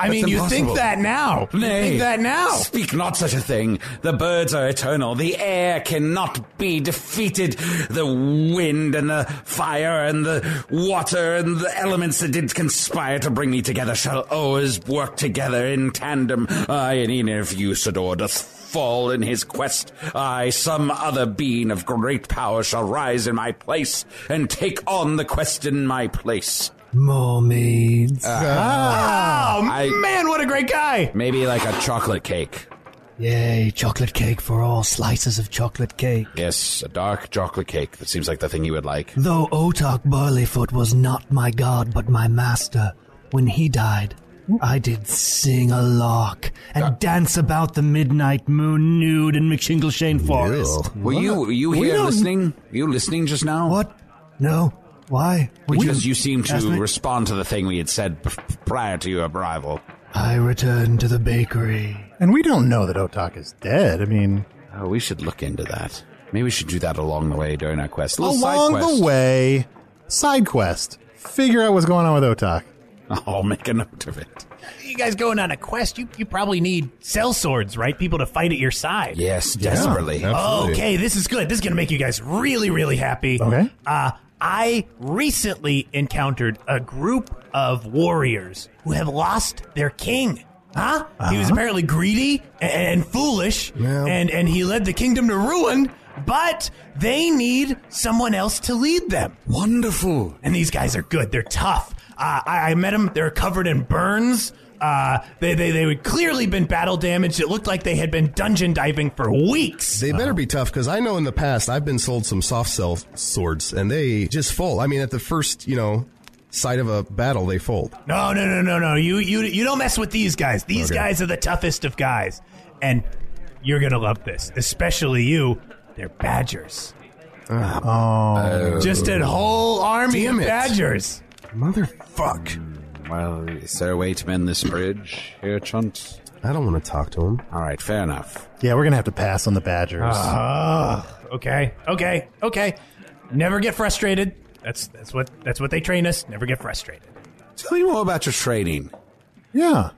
Speaker 7: I mean, you think that now. You
Speaker 4: Nay,
Speaker 7: think that now.
Speaker 4: Speak not such a thing. The birds are eternal. The air cannot be defeated. The wind and the fire and the water and the elements that did conspire to bring me together shall always work together in tandem. I, and even if Usador doth fall in his quest, I, some other being of great power, shall rise in my place and take on the quest in my place.
Speaker 8: Mermaids.
Speaker 4: Ah.
Speaker 7: oh,
Speaker 4: I-
Speaker 7: man, what a great guy.
Speaker 4: Maybe like a chocolate cake.
Speaker 8: Yay, chocolate cake for all, slices of chocolate cake.
Speaker 4: Yes, a dark chocolate cake. That seems like the thing you would like.
Speaker 8: Though Otak Burleyfoot was not my god, but my master, when he died, I did sing a lark and dance about the midnight moon nude in McShingleshane Forest.
Speaker 4: Were you were you
Speaker 8: We
Speaker 4: here
Speaker 8: don't-
Speaker 4: listening? Were you listening just now? What?
Speaker 8: No. Why?
Speaker 4: Because
Speaker 8: We-
Speaker 4: you seemed
Speaker 8: Ask
Speaker 4: to
Speaker 8: me-
Speaker 4: respond to the thing we had said p- prior to your arrival.
Speaker 8: I returned to the bakery.
Speaker 2: And we don't know that Otak is dead. I mean,
Speaker 4: Oh, we should look into that. Maybe we should do that along the way during our quest. Little side
Speaker 2: along
Speaker 4: quest.
Speaker 2: the way, side quest. Figure out what's going on with Otak.
Speaker 4: [laughs] I'll make a note of it.
Speaker 7: You guys going on a quest? You you probably need cell swords, right? People to fight at your side. Oh,
Speaker 4: Yes, Yeah, desperately. absolutely.
Speaker 7: okay, this is good. This is gonna make you guys really, really happy.
Speaker 4: Okay.
Speaker 7: Uh, I recently encountered a group of warriors who have lost their king. Huh? He
Speaker 4: Uh-huh.
Speaker 7: was apparently greedy and, and foolish, and and he led the kingdom to ruin. But they need someone else to lead them.
Speaker 4: Wonderful.
Speaker 7: And these guys are good. They're tough. Uh, I, I met them. They're covered in burns. Uh, they they they had clearly been battle damaged. It looked like they had been dungeon diving for weeks.
Speaker 3: They better be tough because I know in the past I've been sold some soft cell swords and they just fold. I mean, at the first, you know, sight of a battle, they fold.
Speaker 7: No, no, no, no, no. You you you don't mess with these guys. These
Speaker 3: Okay.
Speaker 7: guys are the toughest of guys, and you're gonna love this, especially you. They're badgers.
Speaker 3: Ah.
Speaker 2: Oh,
Speaker 7: Just a whole army
Speaker 4: Damn
Speaker 7: of
Speaker 4: it.
Speaker 7: badgers.
Speaker 4: Motherfuck. Well, is there a way to mend this bridge here, Chunt? I don't want to talk to him. All right, fair enough.
Speaker 2: Yeah, we're gonna have to pass on the Badgers.
Speaker 4: Uh-huh.
Speaker 7: Ah, okay, okay, okay. Never get frustrated. That's that's what that's what they train us. Never get frustrated.
Speaker 4: Tell me more about your training.
Speaker 2: Yeah.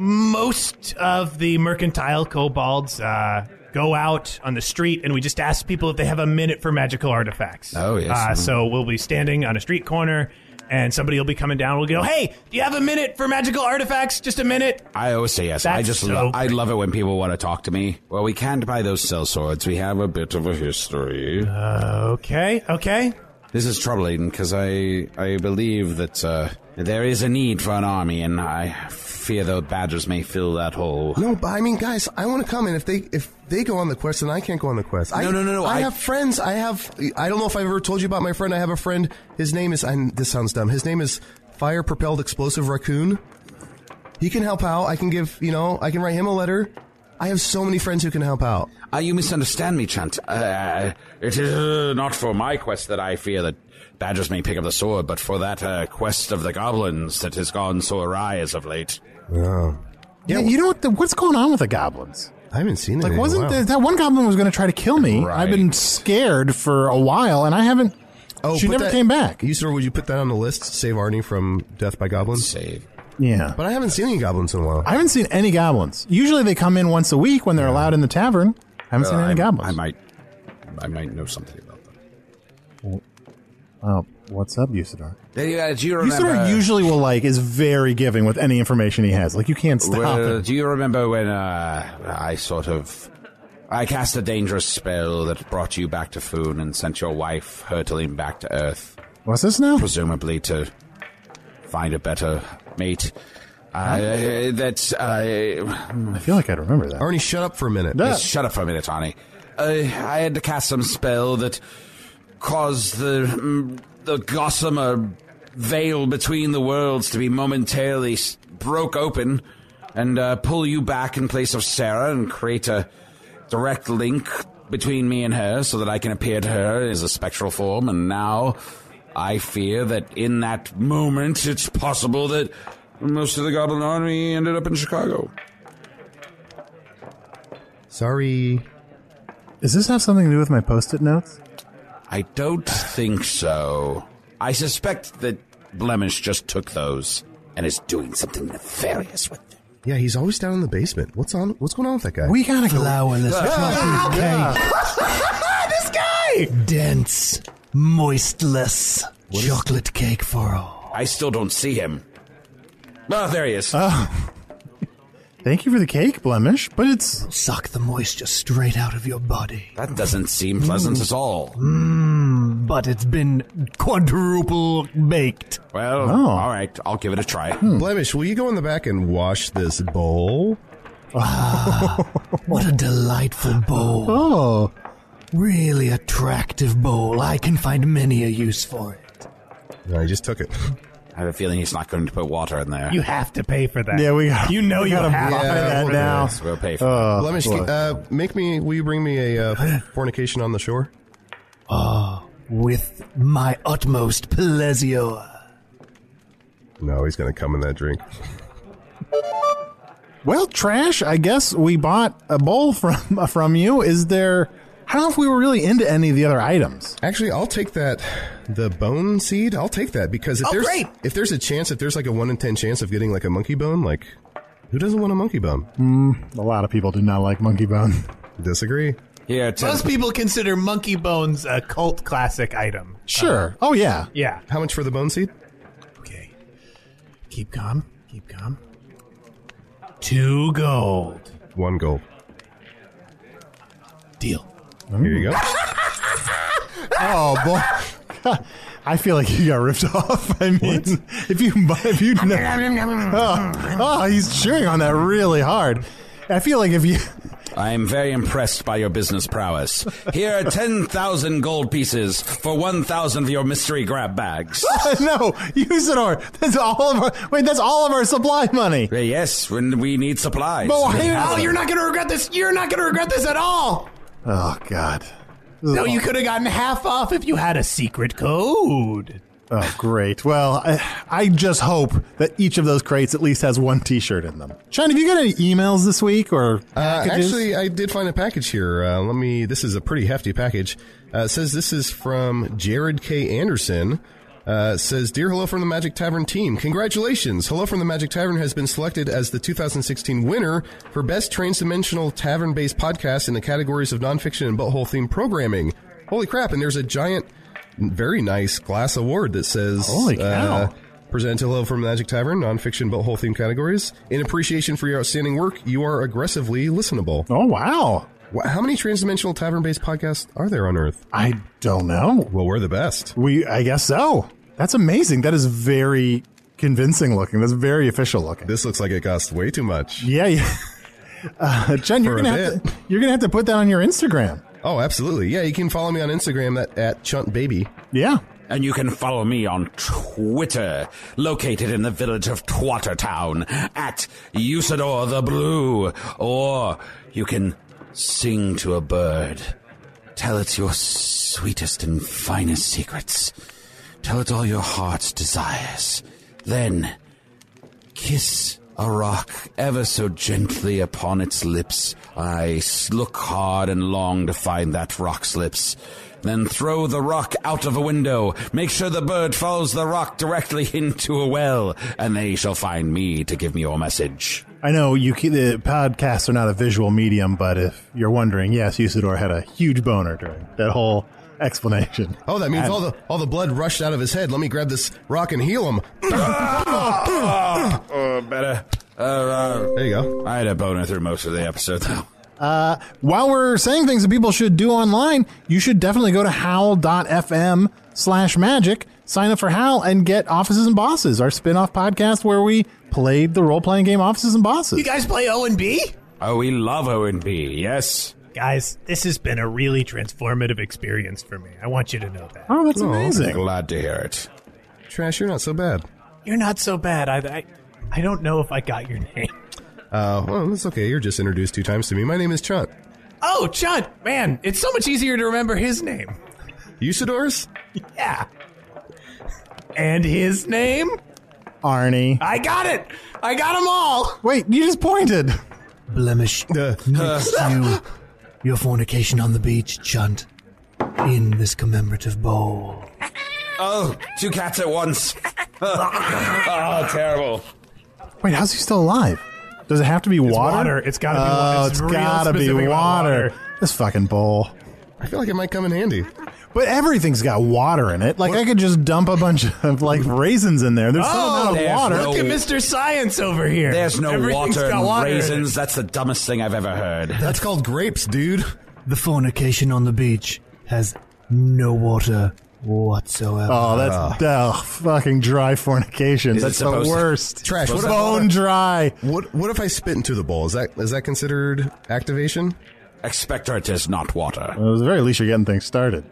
Speaker 7: Most of the mercantile kobolds uh, go out on the street, and we just ask people if they have a minute for magical artifacts.
Speaker 4: Oh, yes.
Speaker 7: Uh, so we'll be standing on a street corner, and somebody will be coming down. We'll go, "Hey, do you have a minute for magical artifacts? Just a minute."
Speaker 4: I always say yes. I
Speaker 7: That's
Speaker 4: just
Speaker 7: so
Speaker 4: lo- I love it when people want to talk to me. Well, we can't buy those cell swords. We have a bit of a history.
Speaker 7: Uh, okay, okay.
Speaker 4: This is troubling because I I believe that uh, there is a need for an army, and I fear the badgers may fill that hole.
Speaker 3: No, but I mean, guys, I want to come, and if they if they go on the quest, then I can't go on the quest. I,
Speaker 4: No, no, no, no,
Speaker 3: I,
Speaker 4: I-
Speaker 3: have friends. I have. I don't know if I've ever told you about my friend. I have a friend. His name is. And this sounds dumb. His name is Fire Propelled Explosive Raccoon. He can help out. I can give. You know, I can write him a letter. I have so many friends who can help out.
Speaker 4: Ah, you misunderstand me, Chant. Uh, it is uh, not for my quest that I fear that badgers may pick up the sword, but for that uh, quest of the goblins that has gone so awry as of late.
Speaker 2: Yeah, you know what? The, what's going on with the goblins?
Speaker 3: I haven't seen it.
Speaker 2: Like,
Speaker 3: in a
Speaker 2: wasn't
Speaker 3: while.
Speaker 2: there- that one goblin was going to try to kill me? I've been scared for a while, and I haven't.
Speaker 3: Oh,
Speaker 2: she
Speaker 3: put
Speaker 2: never
Speaker 3: that-
Speaker 2: came back.
Speaker 3: You sir, would you put that on the list? Save Arnie from death by goblins.
Speaker 4: Save.
Speaker 2: Yeah,
Speaker 3: but I haven't seen any goblins in a while.
Speaker 2: I haven't seen any goblins. Usually, they come in once a week when they're allowed in the tavern. I haven't seen
Speaker 4: Uh,
Speaker 2: any
Speaker 4: I,
Speaker 2: goblins.
Speaker 4: I might, I might know something about them.
Speaker 2: Oh, what's up, Usador?
Speaker 4: They, uh, do you remember?
Speaker 2: Usador usually will like is very giving with any information he has. Like, you can't stop
Speaker 4: Well,
Speaker 2: him.
Speaker 4: do you remember when uh, I sort of I cast a dangerous spell that brought you back to Foon and sent your wife hurtling back to Earth?
Speaker 2: What's this now?
Speaker 4: Presumably to find a better mate. Uh, that's uh,
Speaker 2: I feel like I remember that.
Speaker 3: Arnie, shut up for a minute.
Speaker 4: Just shut up for a minute, Arnie. Uh, I had to cast some spell that caused the mm, the gossamer veil between the worlds to be momentarily s- broke open and uh, pull you back in place of Sarah and create a direct link between me and her so that I can appear to her as a spectral form. And now I fear that in that moment it's possible that most of the Goblin Army ended up in Chicago.
Speaker 3: Sorry.
Speaker 2: Does this have something to do with my post-it notes?
Speaker 4: I don't think so. I suspect that Blemish just took those and is doing something nefarious with them.
Speaker 3: Yeah, he's always down in the basement. What's on? What's going on with that guy?
Speaker 2: We gotta go-
Speaker 8: Flowerless
Speaker 4: Ah,
Speaker 8: chocolate cake.
Speaker 4: [laughs]
Speaker 7: this guy.
Speaker 8: Dense, moistless chocolate cake for all.
Speaker 4: I still don't see him. Oh, there he is.
Speaker 2: Oh. Thank you for the cake, Blemish, but it's
Speaker 8: suck the moisture straight out of your body.
Speaker 4: That doesn't seem pleasant at all.
Speaker 8: Mmm, but it's been quadruple baked. Oh. Hmm.
Speaker 4: Well, all right, I'll give it a try.
Speaker 3: Blemish, will you go in the back and wash this bowl?
Speaker 8: Ah, What a delightful bowl. Oh. Really attractive bowl. I can find many a use for it.
Speaker 3: No, I just took it.
Speaker 4: I have a feeling he's not going to put water in there.
Speaker 8: You have
Speaker 7: to pay for
Speaker 8: that.
Speaker 7: Yeah, we got- You know we you gotta have
Speaker 8: buy to. that now.
Speaker 4: We'll pay for
Speaker 8: Oh,
Speaker 4: it.
Speaker 3: Blemish,
Speaker 8: boy.
Speaker 3: uh, make me. Will you bring me
Speaker 8: [gasps]
Speaker 3: a uh, fornication on the shore?
Speaker 8: Ah, with my utmost pleasure.
Speaker 3: No, he's going to come in that drink.
Speaker 2: Well, trash. I guess we bought a bowl [laughs] from from you. Is there? I don't know if we were really into any of the other items.
Speaker 3: Actually, I'll take that. The bone seed. I'll take that because if
Speaker 2: Oh,
Speaker 3: there's
Speaker 2: great.
Speaker 3: if there's a chance, if there's like a one in ten chance of getting like a monkey bone, like who doesn't want a monkey bone?
Speaker 2: Mm, a lot of people do not like monkey bone.
Speaker 3: [laughs] Disagree.
Speaker 4: Yeah,
Speaker 7: Most people consider monkey bones a cult classic item.
Speaker 2: Sure. oh yeah.
Speaker 7: Yeah.
Speaker 3: How much for the bone seed?
Speaker 7: Keep calm. Keep calm. Two gold.
Speaker 3: One gold.
Speaker 7: Deal.
Speaker 3: Here
Speaker 2: [laughs]
Speaker 3: you go.
Speaker 2: oh boy. God, I feel like you got ripped [laughs] off. I mean, if you if you
Speaker 4: [laughs]
Speaker 2: oh, oh, he's chewing on that really hard. [laughs] I feel like if you
Speaker 4: [laughs] I am very impressed by your business prowess. Here are 10,000 gold pieces for 1,000 of your mystery grab bags.
Speaker 2: no, Usador, that's all of our wait, that's all of our supply money.
Speaker 4: Uh, Yes, when we need supplies.
Speaker 2: But
Speaker 4: We
Speaker 2: why-
Speaker 4: have
Speaker 7: Oh,
Speaker 4: them.
Speaker 7: you're not gonna regret this. You're not gonna regret this at all.
Speaker 2: Oh God.
Speaker 7: No, you could have gotten half off if you had a secret code.
Speaker 2: Oh great. Well, I, I just hope that each of those crates at least has one T-shirt in them. Sean, have you got any emails this week or
Speaker 3: Uh,
Speaker 2: packages?
Speaker 3: actually, I did find a package here. Uh, let me. This is a pretty hefty package. Uh, it says this is from Jared K. Anderson. Uh, it says, "Dear hello from the Magic Tavern team. Congratulations! Hello from the Magic Tavern has been selected as the 2016 winner for best transdimensional tavern-based podcast in the categories of nonfiction and butthole themed programming. Holy crap! And there's a giant, very nice glass award that says,
Speaker 2: Holy cow.
Speaker 3: uh, Present hello from Magic Tavern, nonfiction but whole theme categories. In appreciation for your outstanding work, you are aggressively listenable.
Speaker 2: Oh wow!
Speaker 3: How many transdimensional tavern-based podcasts are there on Earth?
Speaker 2: I don't know.
Speaker 3: Well, we're the best.
Speaker 2: We, I guess so. That's amazing. That is very convincing looking. That's very official looking.
Speaker 3: This looks like it costs way too much.
Speaker 2: Yeah, yeah. [laughs] Uh, Jen, you're
Speaker 3: For a
Speaker 2: gonna have to, you're gonna have to put that on your Instagram.
Speaker 3: Oh, absolutely. Yeah, you can follow me on Instagram at, at chuntbaby.
Speaker 2: Yeah.
Speaker 4: And you can follow me on Twitter, located in the village of Twattertown, at Usador the Blue. Or you can sing to a bird. Tell it your sweetest and finest secrets. Tell it all your heart's desires. Then kiss a rock ever so gently upon its lips. I s- look hard and long to find that rock's lips. Then throw the rock out of a window. Make sure the bird follows the rock directly [laughs] into a well, and they shall find me to give me
Speaker 3: [laughs]
Speaker 4: your message.
Speaker 2: I know you ke- the podcasts are not a visual medium, but if you're wondering, yes, Usador had a huge boner during that whole explanation.
Speaker 3: Oh, that means all the all the blood rushed out of his head. Let me grab this rock and heal him.
Speaker 4: Oh, better. Uh, uh,
Speaker 3: there you go.
Speaker 4: I had a boner through most of the episode, though.
Speaker 2: Uh, while we're saying things that people should do online, you should definitely go to howl.fm slash magic, sign up for Howl, and get Offices and Bosses, our spin off podcast where we played the role playing game Offices and Bosses.
Speaker 7: You guys play O and B?
Speaker 4: Oh, we love O&B, yes.
Speaker 7: Guys, this has been a really transformative experience for me. I want you to know that.
Speaker 2: Oh, that's
Speaker 3: Oh,
Speaker 2: amazing.
Speaker 4: Glad to hear it.
Speaker 3: Trash, you're not so bad.
Speaker 7: You're not so bad. I, I, I don't know if I got your name.
Speaker 3: Uh, well, that's okay. You're just introduced two times to me. My name is Chunt.
Speaker 7: Oh, Chunt, man, it's so much easier to remember his name.
Speaker 3: Usadors?
Speaker 7: Yeah. And his name?
Speaker 2: Arnie.
Speaker 7: I got it. I got them all.
Speaker 2: Wait, you just pointed.
Speaker 8: Blemish.
Speaker 2: Uh,
Speaker 8: Next you, your fornication on the beach, Chunt, in this commemorative bowl.
Speaker 4: Oh, two cats at once. [laughs] oh, terrible.
Speaker 2: Wait, how's he still alive? Does it have to be water?
Speaker 7: water. It's gotta be
Speaker 2: Oh,
Speaker 7: water.
Speaker 2: it's
Speaker 7: It's real
Speaker 2: gotta be
Speaker 7: specific
Speaker 2: water.
Speaker 7: about water.
Speaker 2: This fucking bowl.
Speaker 3: I feel like it might come in handy.
Speaker 2: But everything's got water in it. Like I could just dump a bunch of like raisins in there. There's
Speaker 7: oh,
Speaker 2: some amount of water.
Speaker 7: Look at Mr. Science over here.
Speaker 4: There's no
Speaker 7: Everything's
Speaker 4: water
Speaker 7: got
Speaker 4: in
Speaker 7: water in it.
Speaker 4: raisins. That's the dumbest thing I've ever heard.
Speaker 3: That's called grapes, dude.
Speaker 8: The fornication on the beach has no water whatsoever.
Speaker 2: Oh,
Speaker 4: Ah.
Speaker 2: that's oh, fucking dry fornication.
Speaker 3: Is it
Speaker 2: that's the
Speaker 3: supposed to-
Speaker 2: worst.
Speaker 3: Trash. What about-
Speaker 2: bone dry?
Speaker 3: What What if I spit into the bowl? Is that is that considered activation?
Speaker 4: Expectorate is not water.
Speaker 2: Well, at the very least, you're getting things started.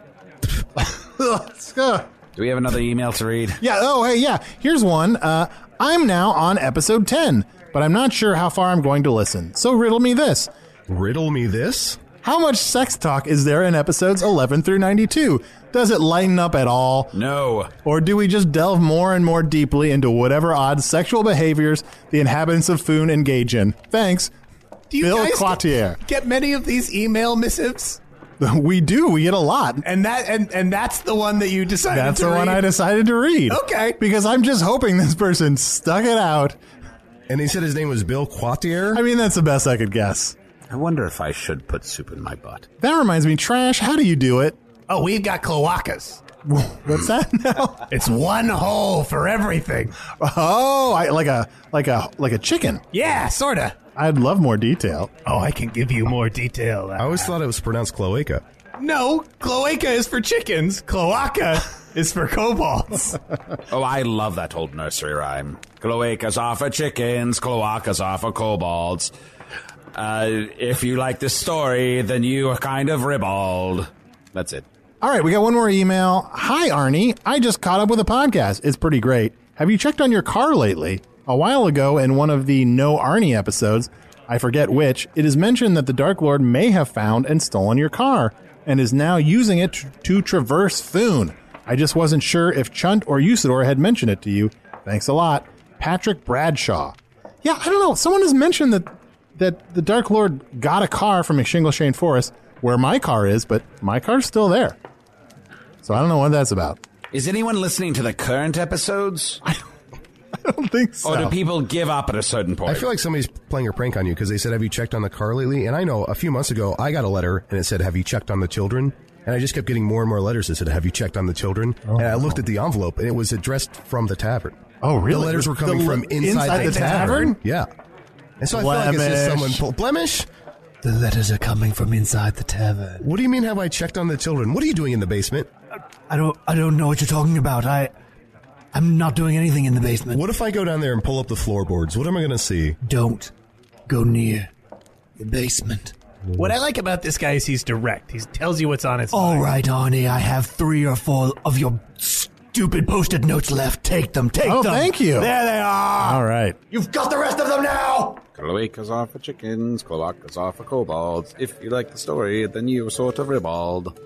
Speaker 4: Do we have another email to read?
Speaker 2: Yeah. Oh, hey, yeah. Here's one. Uh, I'm now on episode 10, but I'm not sure how far I'm going to listen. So riddle me this.
Speaker 3: Riddle me this?
Speaker 2: How much sex talk is there in episodes 11 through 92? Does it lighten up at all?
Speaker 4: No.
Speaker 2: Or do we just delve more and more deeply into whatever odd sexual behaviors the inhabitants of Foon engage in? Thanks, Bill
Speaker 7: guys
Speaker 2: Cloutier.
Speaker 7: Get many of these email missives.
Speaker 2: [laughs] we do. We get a lot.
Speaker 7: And that and and that's the one that you decided.
Speaker 2: That's
Speaker 7: to
Speaker 2: the one
Speaker 7: read?
Speaker 2: I decided to read.
Speaker 7: Okay.
Speaker 2: Because I'm just hoping this person stuck it out.
Speaker 3: And he said his name was Bill Quatier?
Speaker 2: I mean, that's the best I could guess.
Speaker 4: I wonder if I should put soup in my butt.
Speaker 2: That reminds me, Trash, how do you do it?
Speaker 7: Oh, we've got cloacas.
Speaker 2: [laughs] What's that now?
Speaker 7: [laughs] It's one hole for everything.
Speaker 2: Oh, I, like a like a like a chicken.
Speaker 7: Yeah, sorta.
Speaker 2: I'd love more detail.
Speaker 7: Oh, I can give you more detail. I
Speaker 3: always thought it was pronounced cloaca.
Speaker 7: No, cloaca is for chickens. Cloaca is for kobolds.
Speaker 4: Oh, I love that old nursery rhyme. Cloacas are for chickens, cloacas are for kobolds. Uh, if you like this story, then you are kind of ribald. That's it.
Speaker 2: All right, we got one more email. Hi, Arnie. I just caught up with a podcast. It's pretty great. Have you checked on your car lately? A while ago, in one of the No Arnie episodes, I forget which, it is mentioned that the Dark Lord may have found and stolen your car and is now using it to, to traverse Foon. I just wasn't sure if Chunt or Usador had mentioned it to you. Thanks a lot. Patrick Bradshaw. Yeah, I don't know. Someone has mentioned that that the Dark Lord got a car from Shane Forest, where my car is, but my car's still there. So I don't know what that's about.
Speaker 4: Is anyone listening to the current episodes? I don't,
Speaker 2: think
Speaker 4: Or do
Speaker 3: so.
Speaker 4: people give up at a certain point?
Speaker 3: I feel like somebody's playing a prank on you because they said, Have you checked on the car lately? And I know a few months ago I got a letter and it said, Have you checked on the children? And I just kept getting more and more letters that said, Have you checked on the children?
Speaker 8: Oh.
Speaker 3: and I looked at the envelope and it was addressed from the tavern.
Speaker 2: Oh, really?
Speaker 3: The letters were coming
Speaker 2: The-
Speaker 3: from inside,
Speaker 2: inside the tavern?
Speaker 3: Yeah. And so I feel like it's just someone
Speaker 8: Blemish.
Speaker 3: pull- blemish.
Speaker 8: The letters are coming from inside the tavern.
Speaker 3: What do you mean? Have I checked on the children? What are you doing in the basement?
Speaker 8: I don't. I don't know what you're talking about. I. I'm not doing anything in the basement.
Speaker 3: What if I go down there and pull up the floorboards? What am I going to see?
Speaker 8: Don't go near [laughs] the basement.
Speaker 7: What I like about this guy is he's direct. He tells you what's on his.
Speaker 8: All
Speaker 7: mind.
Speaker 8: right, Arnie. I have three or four of your stupid post-it notes left. Take them. Take
Speaker 7: Oh,
Speaker 8: them.
Speaker 7: thank you.
Speaker 8: There they are.
Speaker 2: All right.
Speaker 8: You've got the rest of them now.
Speaker 4: Cloacas are for chickens, cloacas are for kobolds. If you like the story, then you are sort of ribald.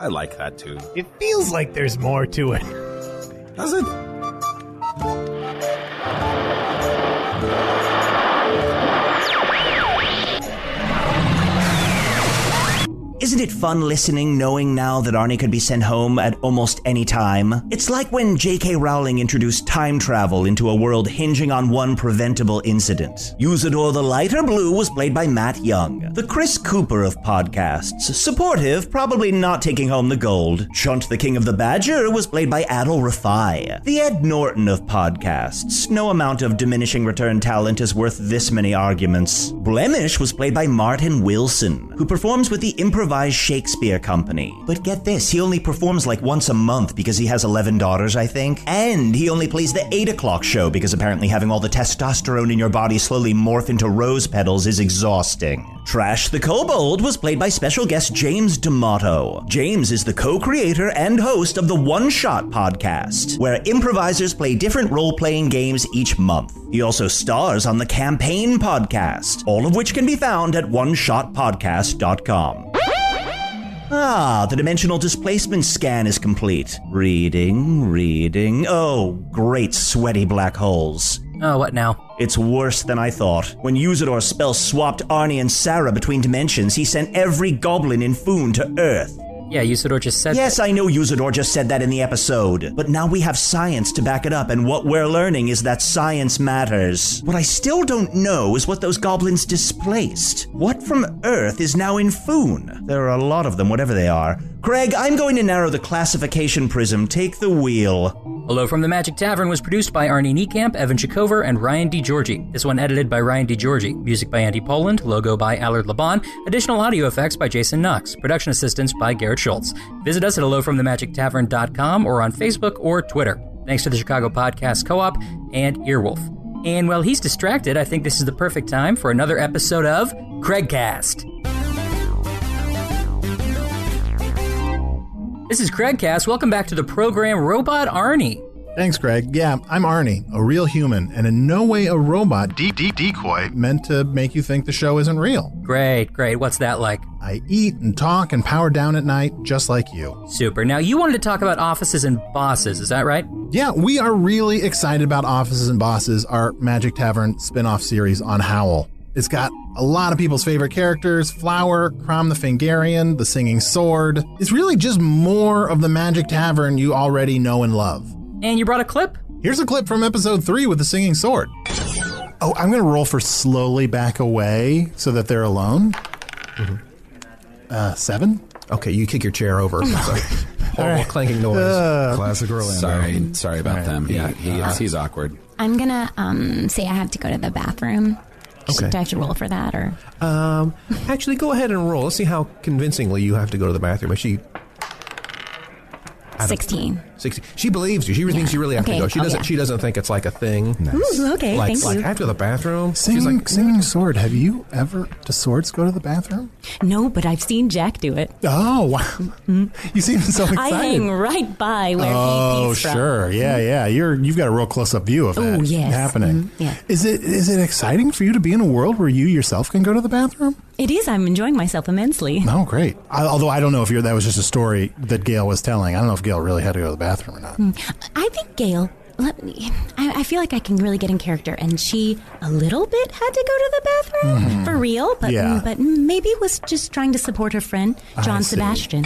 Speaker 4: I like that too.
Speaker 7: It feels like there's more to it.
Speaker 4: Does it?
Speaker 1: Isn't it fun listening knowing now that Arnie could be sent home at almost any time? It's like when J.K. Rowling introduced time travel into a world hinging on one preventable incident. Usador the Lighter Blue was played by Matt Young, the Chris Cooper of podcasts, supportive, probably not taking home the gold. Chunt the King of the Badger was played by Adol Rafai, the Ed Norton of podcasts. No amount of diminishing return talent is worth this many arguments. Blemish was played by Martin Wilson, who performs with the Improvised Shakespeare Company. But get this, he only performs like once a month because he has 11 daughters, I think. And he only plays the 8 o'clock show because apparently having all the testosterone in your body slowly morph into rose petals is exhausting. Trash the Kobold was played by special guest James D'Amato. James is the co creator and host of the One Shot podcast, where improvisers play different role playing games each month. He also stars on the Campaign podcast, all of which can be found at oneshotpodcast.com. Ah, the dimensional displacement scan is complete. Reading, reading. Oh, great sweaty black holes.
Speaker 12: Oh, what now?
Speaker 1: It's worse than I thought. When Usador's spell swapped Arnie and Sarah between dimensions, he sent every goblin in Foon to Earth.
Speaker 12: Yeah, Usador just said.
Speaker 1: Yes, I know Usador just said that in the episode, but now we have science to back it up, and what we're learning is that science matters. What I still don't know is what those goblins displaced. What from Earth is now in Foon? There are a lot of them, whatever they are. Craig, I'm going to narrow the classification prism. Take the wheel.
Speaker 12: Hello from the Magic Tavern was produced by Arnie Niekamp, Evan Chikover, and Ryan DiGiorgi. This one edited by Ryan DiGiorgi. Music by Andy Poland. Logo by Allard Laban. Additional audio effects by Jason Knox. Production assistance by Garrett Schultz. Visit us at hellofromthemagictavern.com or on Facebook or Twitter. Thanks to the Chicago Podcast Co-op and Earwolf. And while he's distracted, I think this is the perfect time for another episode of Craigcast. This is Craigcast. Welcome back to the program, Robot Arnie.
Speaker 2: Thanks, Greg. Yeah, I'm Arnie, a real human, and in no way a robot de- de- decoy meant to make you think the show isn't real.
Speaker 12: Great, great. What's that like?
Speaker 2: I eat and talk and power down at night, just like you.
Speaker 12: Super. Now, you wanted to talk about offices and bosses, is that right?
Speaker 2: Yeah, we are really excited about Offices and Bosses, our Magic Tavern spin off series on Howl. It's got a lot of people's favorite characters Flower, Crom the Fingarian, the Singing Sword. It's really just more of the Magic Tavern you already know and love.
Speaker 12: And you brought a clip?
Speaker 2: Here's a clip from episode three with the Singing Sword. Oh, I'm going to roll for slowly back away so that they're alone. Uh, seven?
Speaker 13: Okay, you kick your chair over. Sorry. Horrible clanking noise.
Speaker 4: Classic
Speaker 13: Orlando.
Speaker 4: Sorry, sorry about them. Yeah, he,
Speaker 13: All
Speaker 4: is,
Speaker 13: right.
Speaker 4: he's awkward.
Speaker 14: I'm gonna um, say I have to go to the bathroom.
Speaker 13: Okay.
Speaker 14: Do I have to roll for that or?
Speaker 13: Um, actually, go ahead and roll. Let's see how convincingly you have to go to the bathroom. Is she? I don't-
Speaker 14: 16.
Speaker 13: 16. She believes you. She thinks you really have
Speaker 14: Okay.
Speaker 13: to go. She
Speaker 14: Oh,
Speaker 13: doesn't.
Speaker 14: yeah.
Speaker 13: She doesn't think it's like a thing.
Speaker 14: Ooh, okay,
Speaker 13: Like,
Speaker 14: thank
Speaker 13: like,
Speaker 14: you.
Speaker 13: I have to go to the bathroom.
Speaker 2: Singing,
Speaker 13: She's like,
Speaker 2: singing Sword, have you ever. Do swords go to the bathroom?
Speaker 14: No, but I've seen Jack do it. Mm-hmm.
Speaker 2: Oh, wow. You seem so excited.
Speaker 14: I hang right by where he
Speaker 2: oh,
Speaker 14: pees from.
Speaker 2: sure. Yeah, yeah. You're you've got a real close up view of that
Speaker 14: Oh, yes.
Speaker 2: happening.
Speaker 14: Mhm, yeah.
Speaker 2: Is it is it exciting for you to be in a world where you yourself can go to the bathroom?
Speaker 14: It is. I'm enjoying myself immensely.
Speaker 2: Oh, great. I, although I don't know if you're, that was just a story that Gail was telling. I don't know if Gail really had to go to the bathroom or not.
Speaker 14: Hmm. I think Gail. Let me. I, I feel like I can really get in character, and she a little bit had to go to the bathroom
Speaker 2: Mhm.
Speaker 14: for real, but
Speaker 12: Yeah.
Speaker 14: but maybe was just trying to support her friend
Speaker 12: I
Speaker 14: John
Speaker 12: see.
Speaker 14: Sebastian.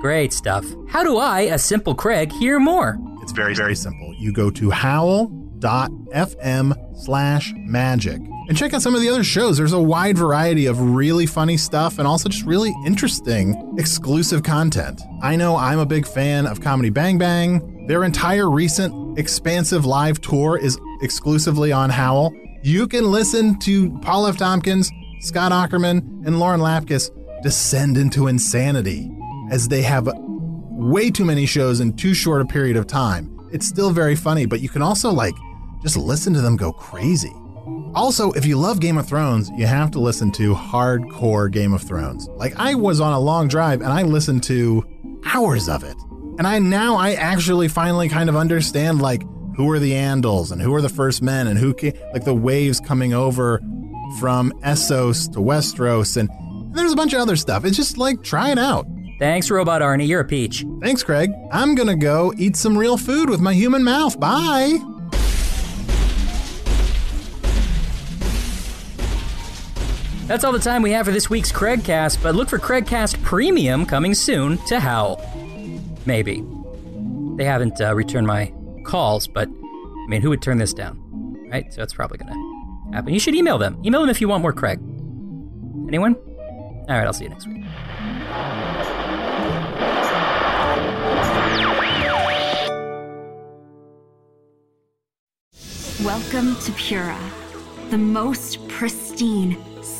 Speaker 12: Great stuff. How do I, a simple Craig, hear more?
Speaker 2: It's very, very simple. You go to howl.fm slash magic and check out some of the other shows. There's a wide variety of really funny stuff and also just really interesting exclusive content. I know I'm a big fan of Comedy Bang Bang. Their entire recent expansive live tour is exclusively on Howl. You can listen to Paul F. Tompkins, Scott Ackerman, and Lauren Lapkus descend into insanity as they have way too many shows in too short a period of time. It's still very funny, but you can also like just listen to them go crazy. Also, if you love Game of Thrones, you have to listen to hardcore Game of Thrones. Like I was on a long drive and I listened to hours of it. And I now I actually finally kind of understand like who are the Andals and who are the first men and who ca like the waves coming over from Essos to Westeros and there's a bunch of other stuff. It's just like try it out.
Speaker 12: Thanks, Robot Arnie. You're a peach.
Speaker 2: Thanks, Craig. I'm gonna go eat some real food with my human mouth. Bye.
Speaker 12: That's all the time we have for this week's Craigcast, but look for Craigcast Premium coming soon to Howl. Maybe. They haven't uh, returned my calls, but I mean, who would turn this down? Right? So that's probably going to happen. You should email them. Email them if you want more Craig. Anyone? All right, I'll see you next week.
Speaker 15: Welcome to Pura, the most pristine,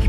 Speaker 15: we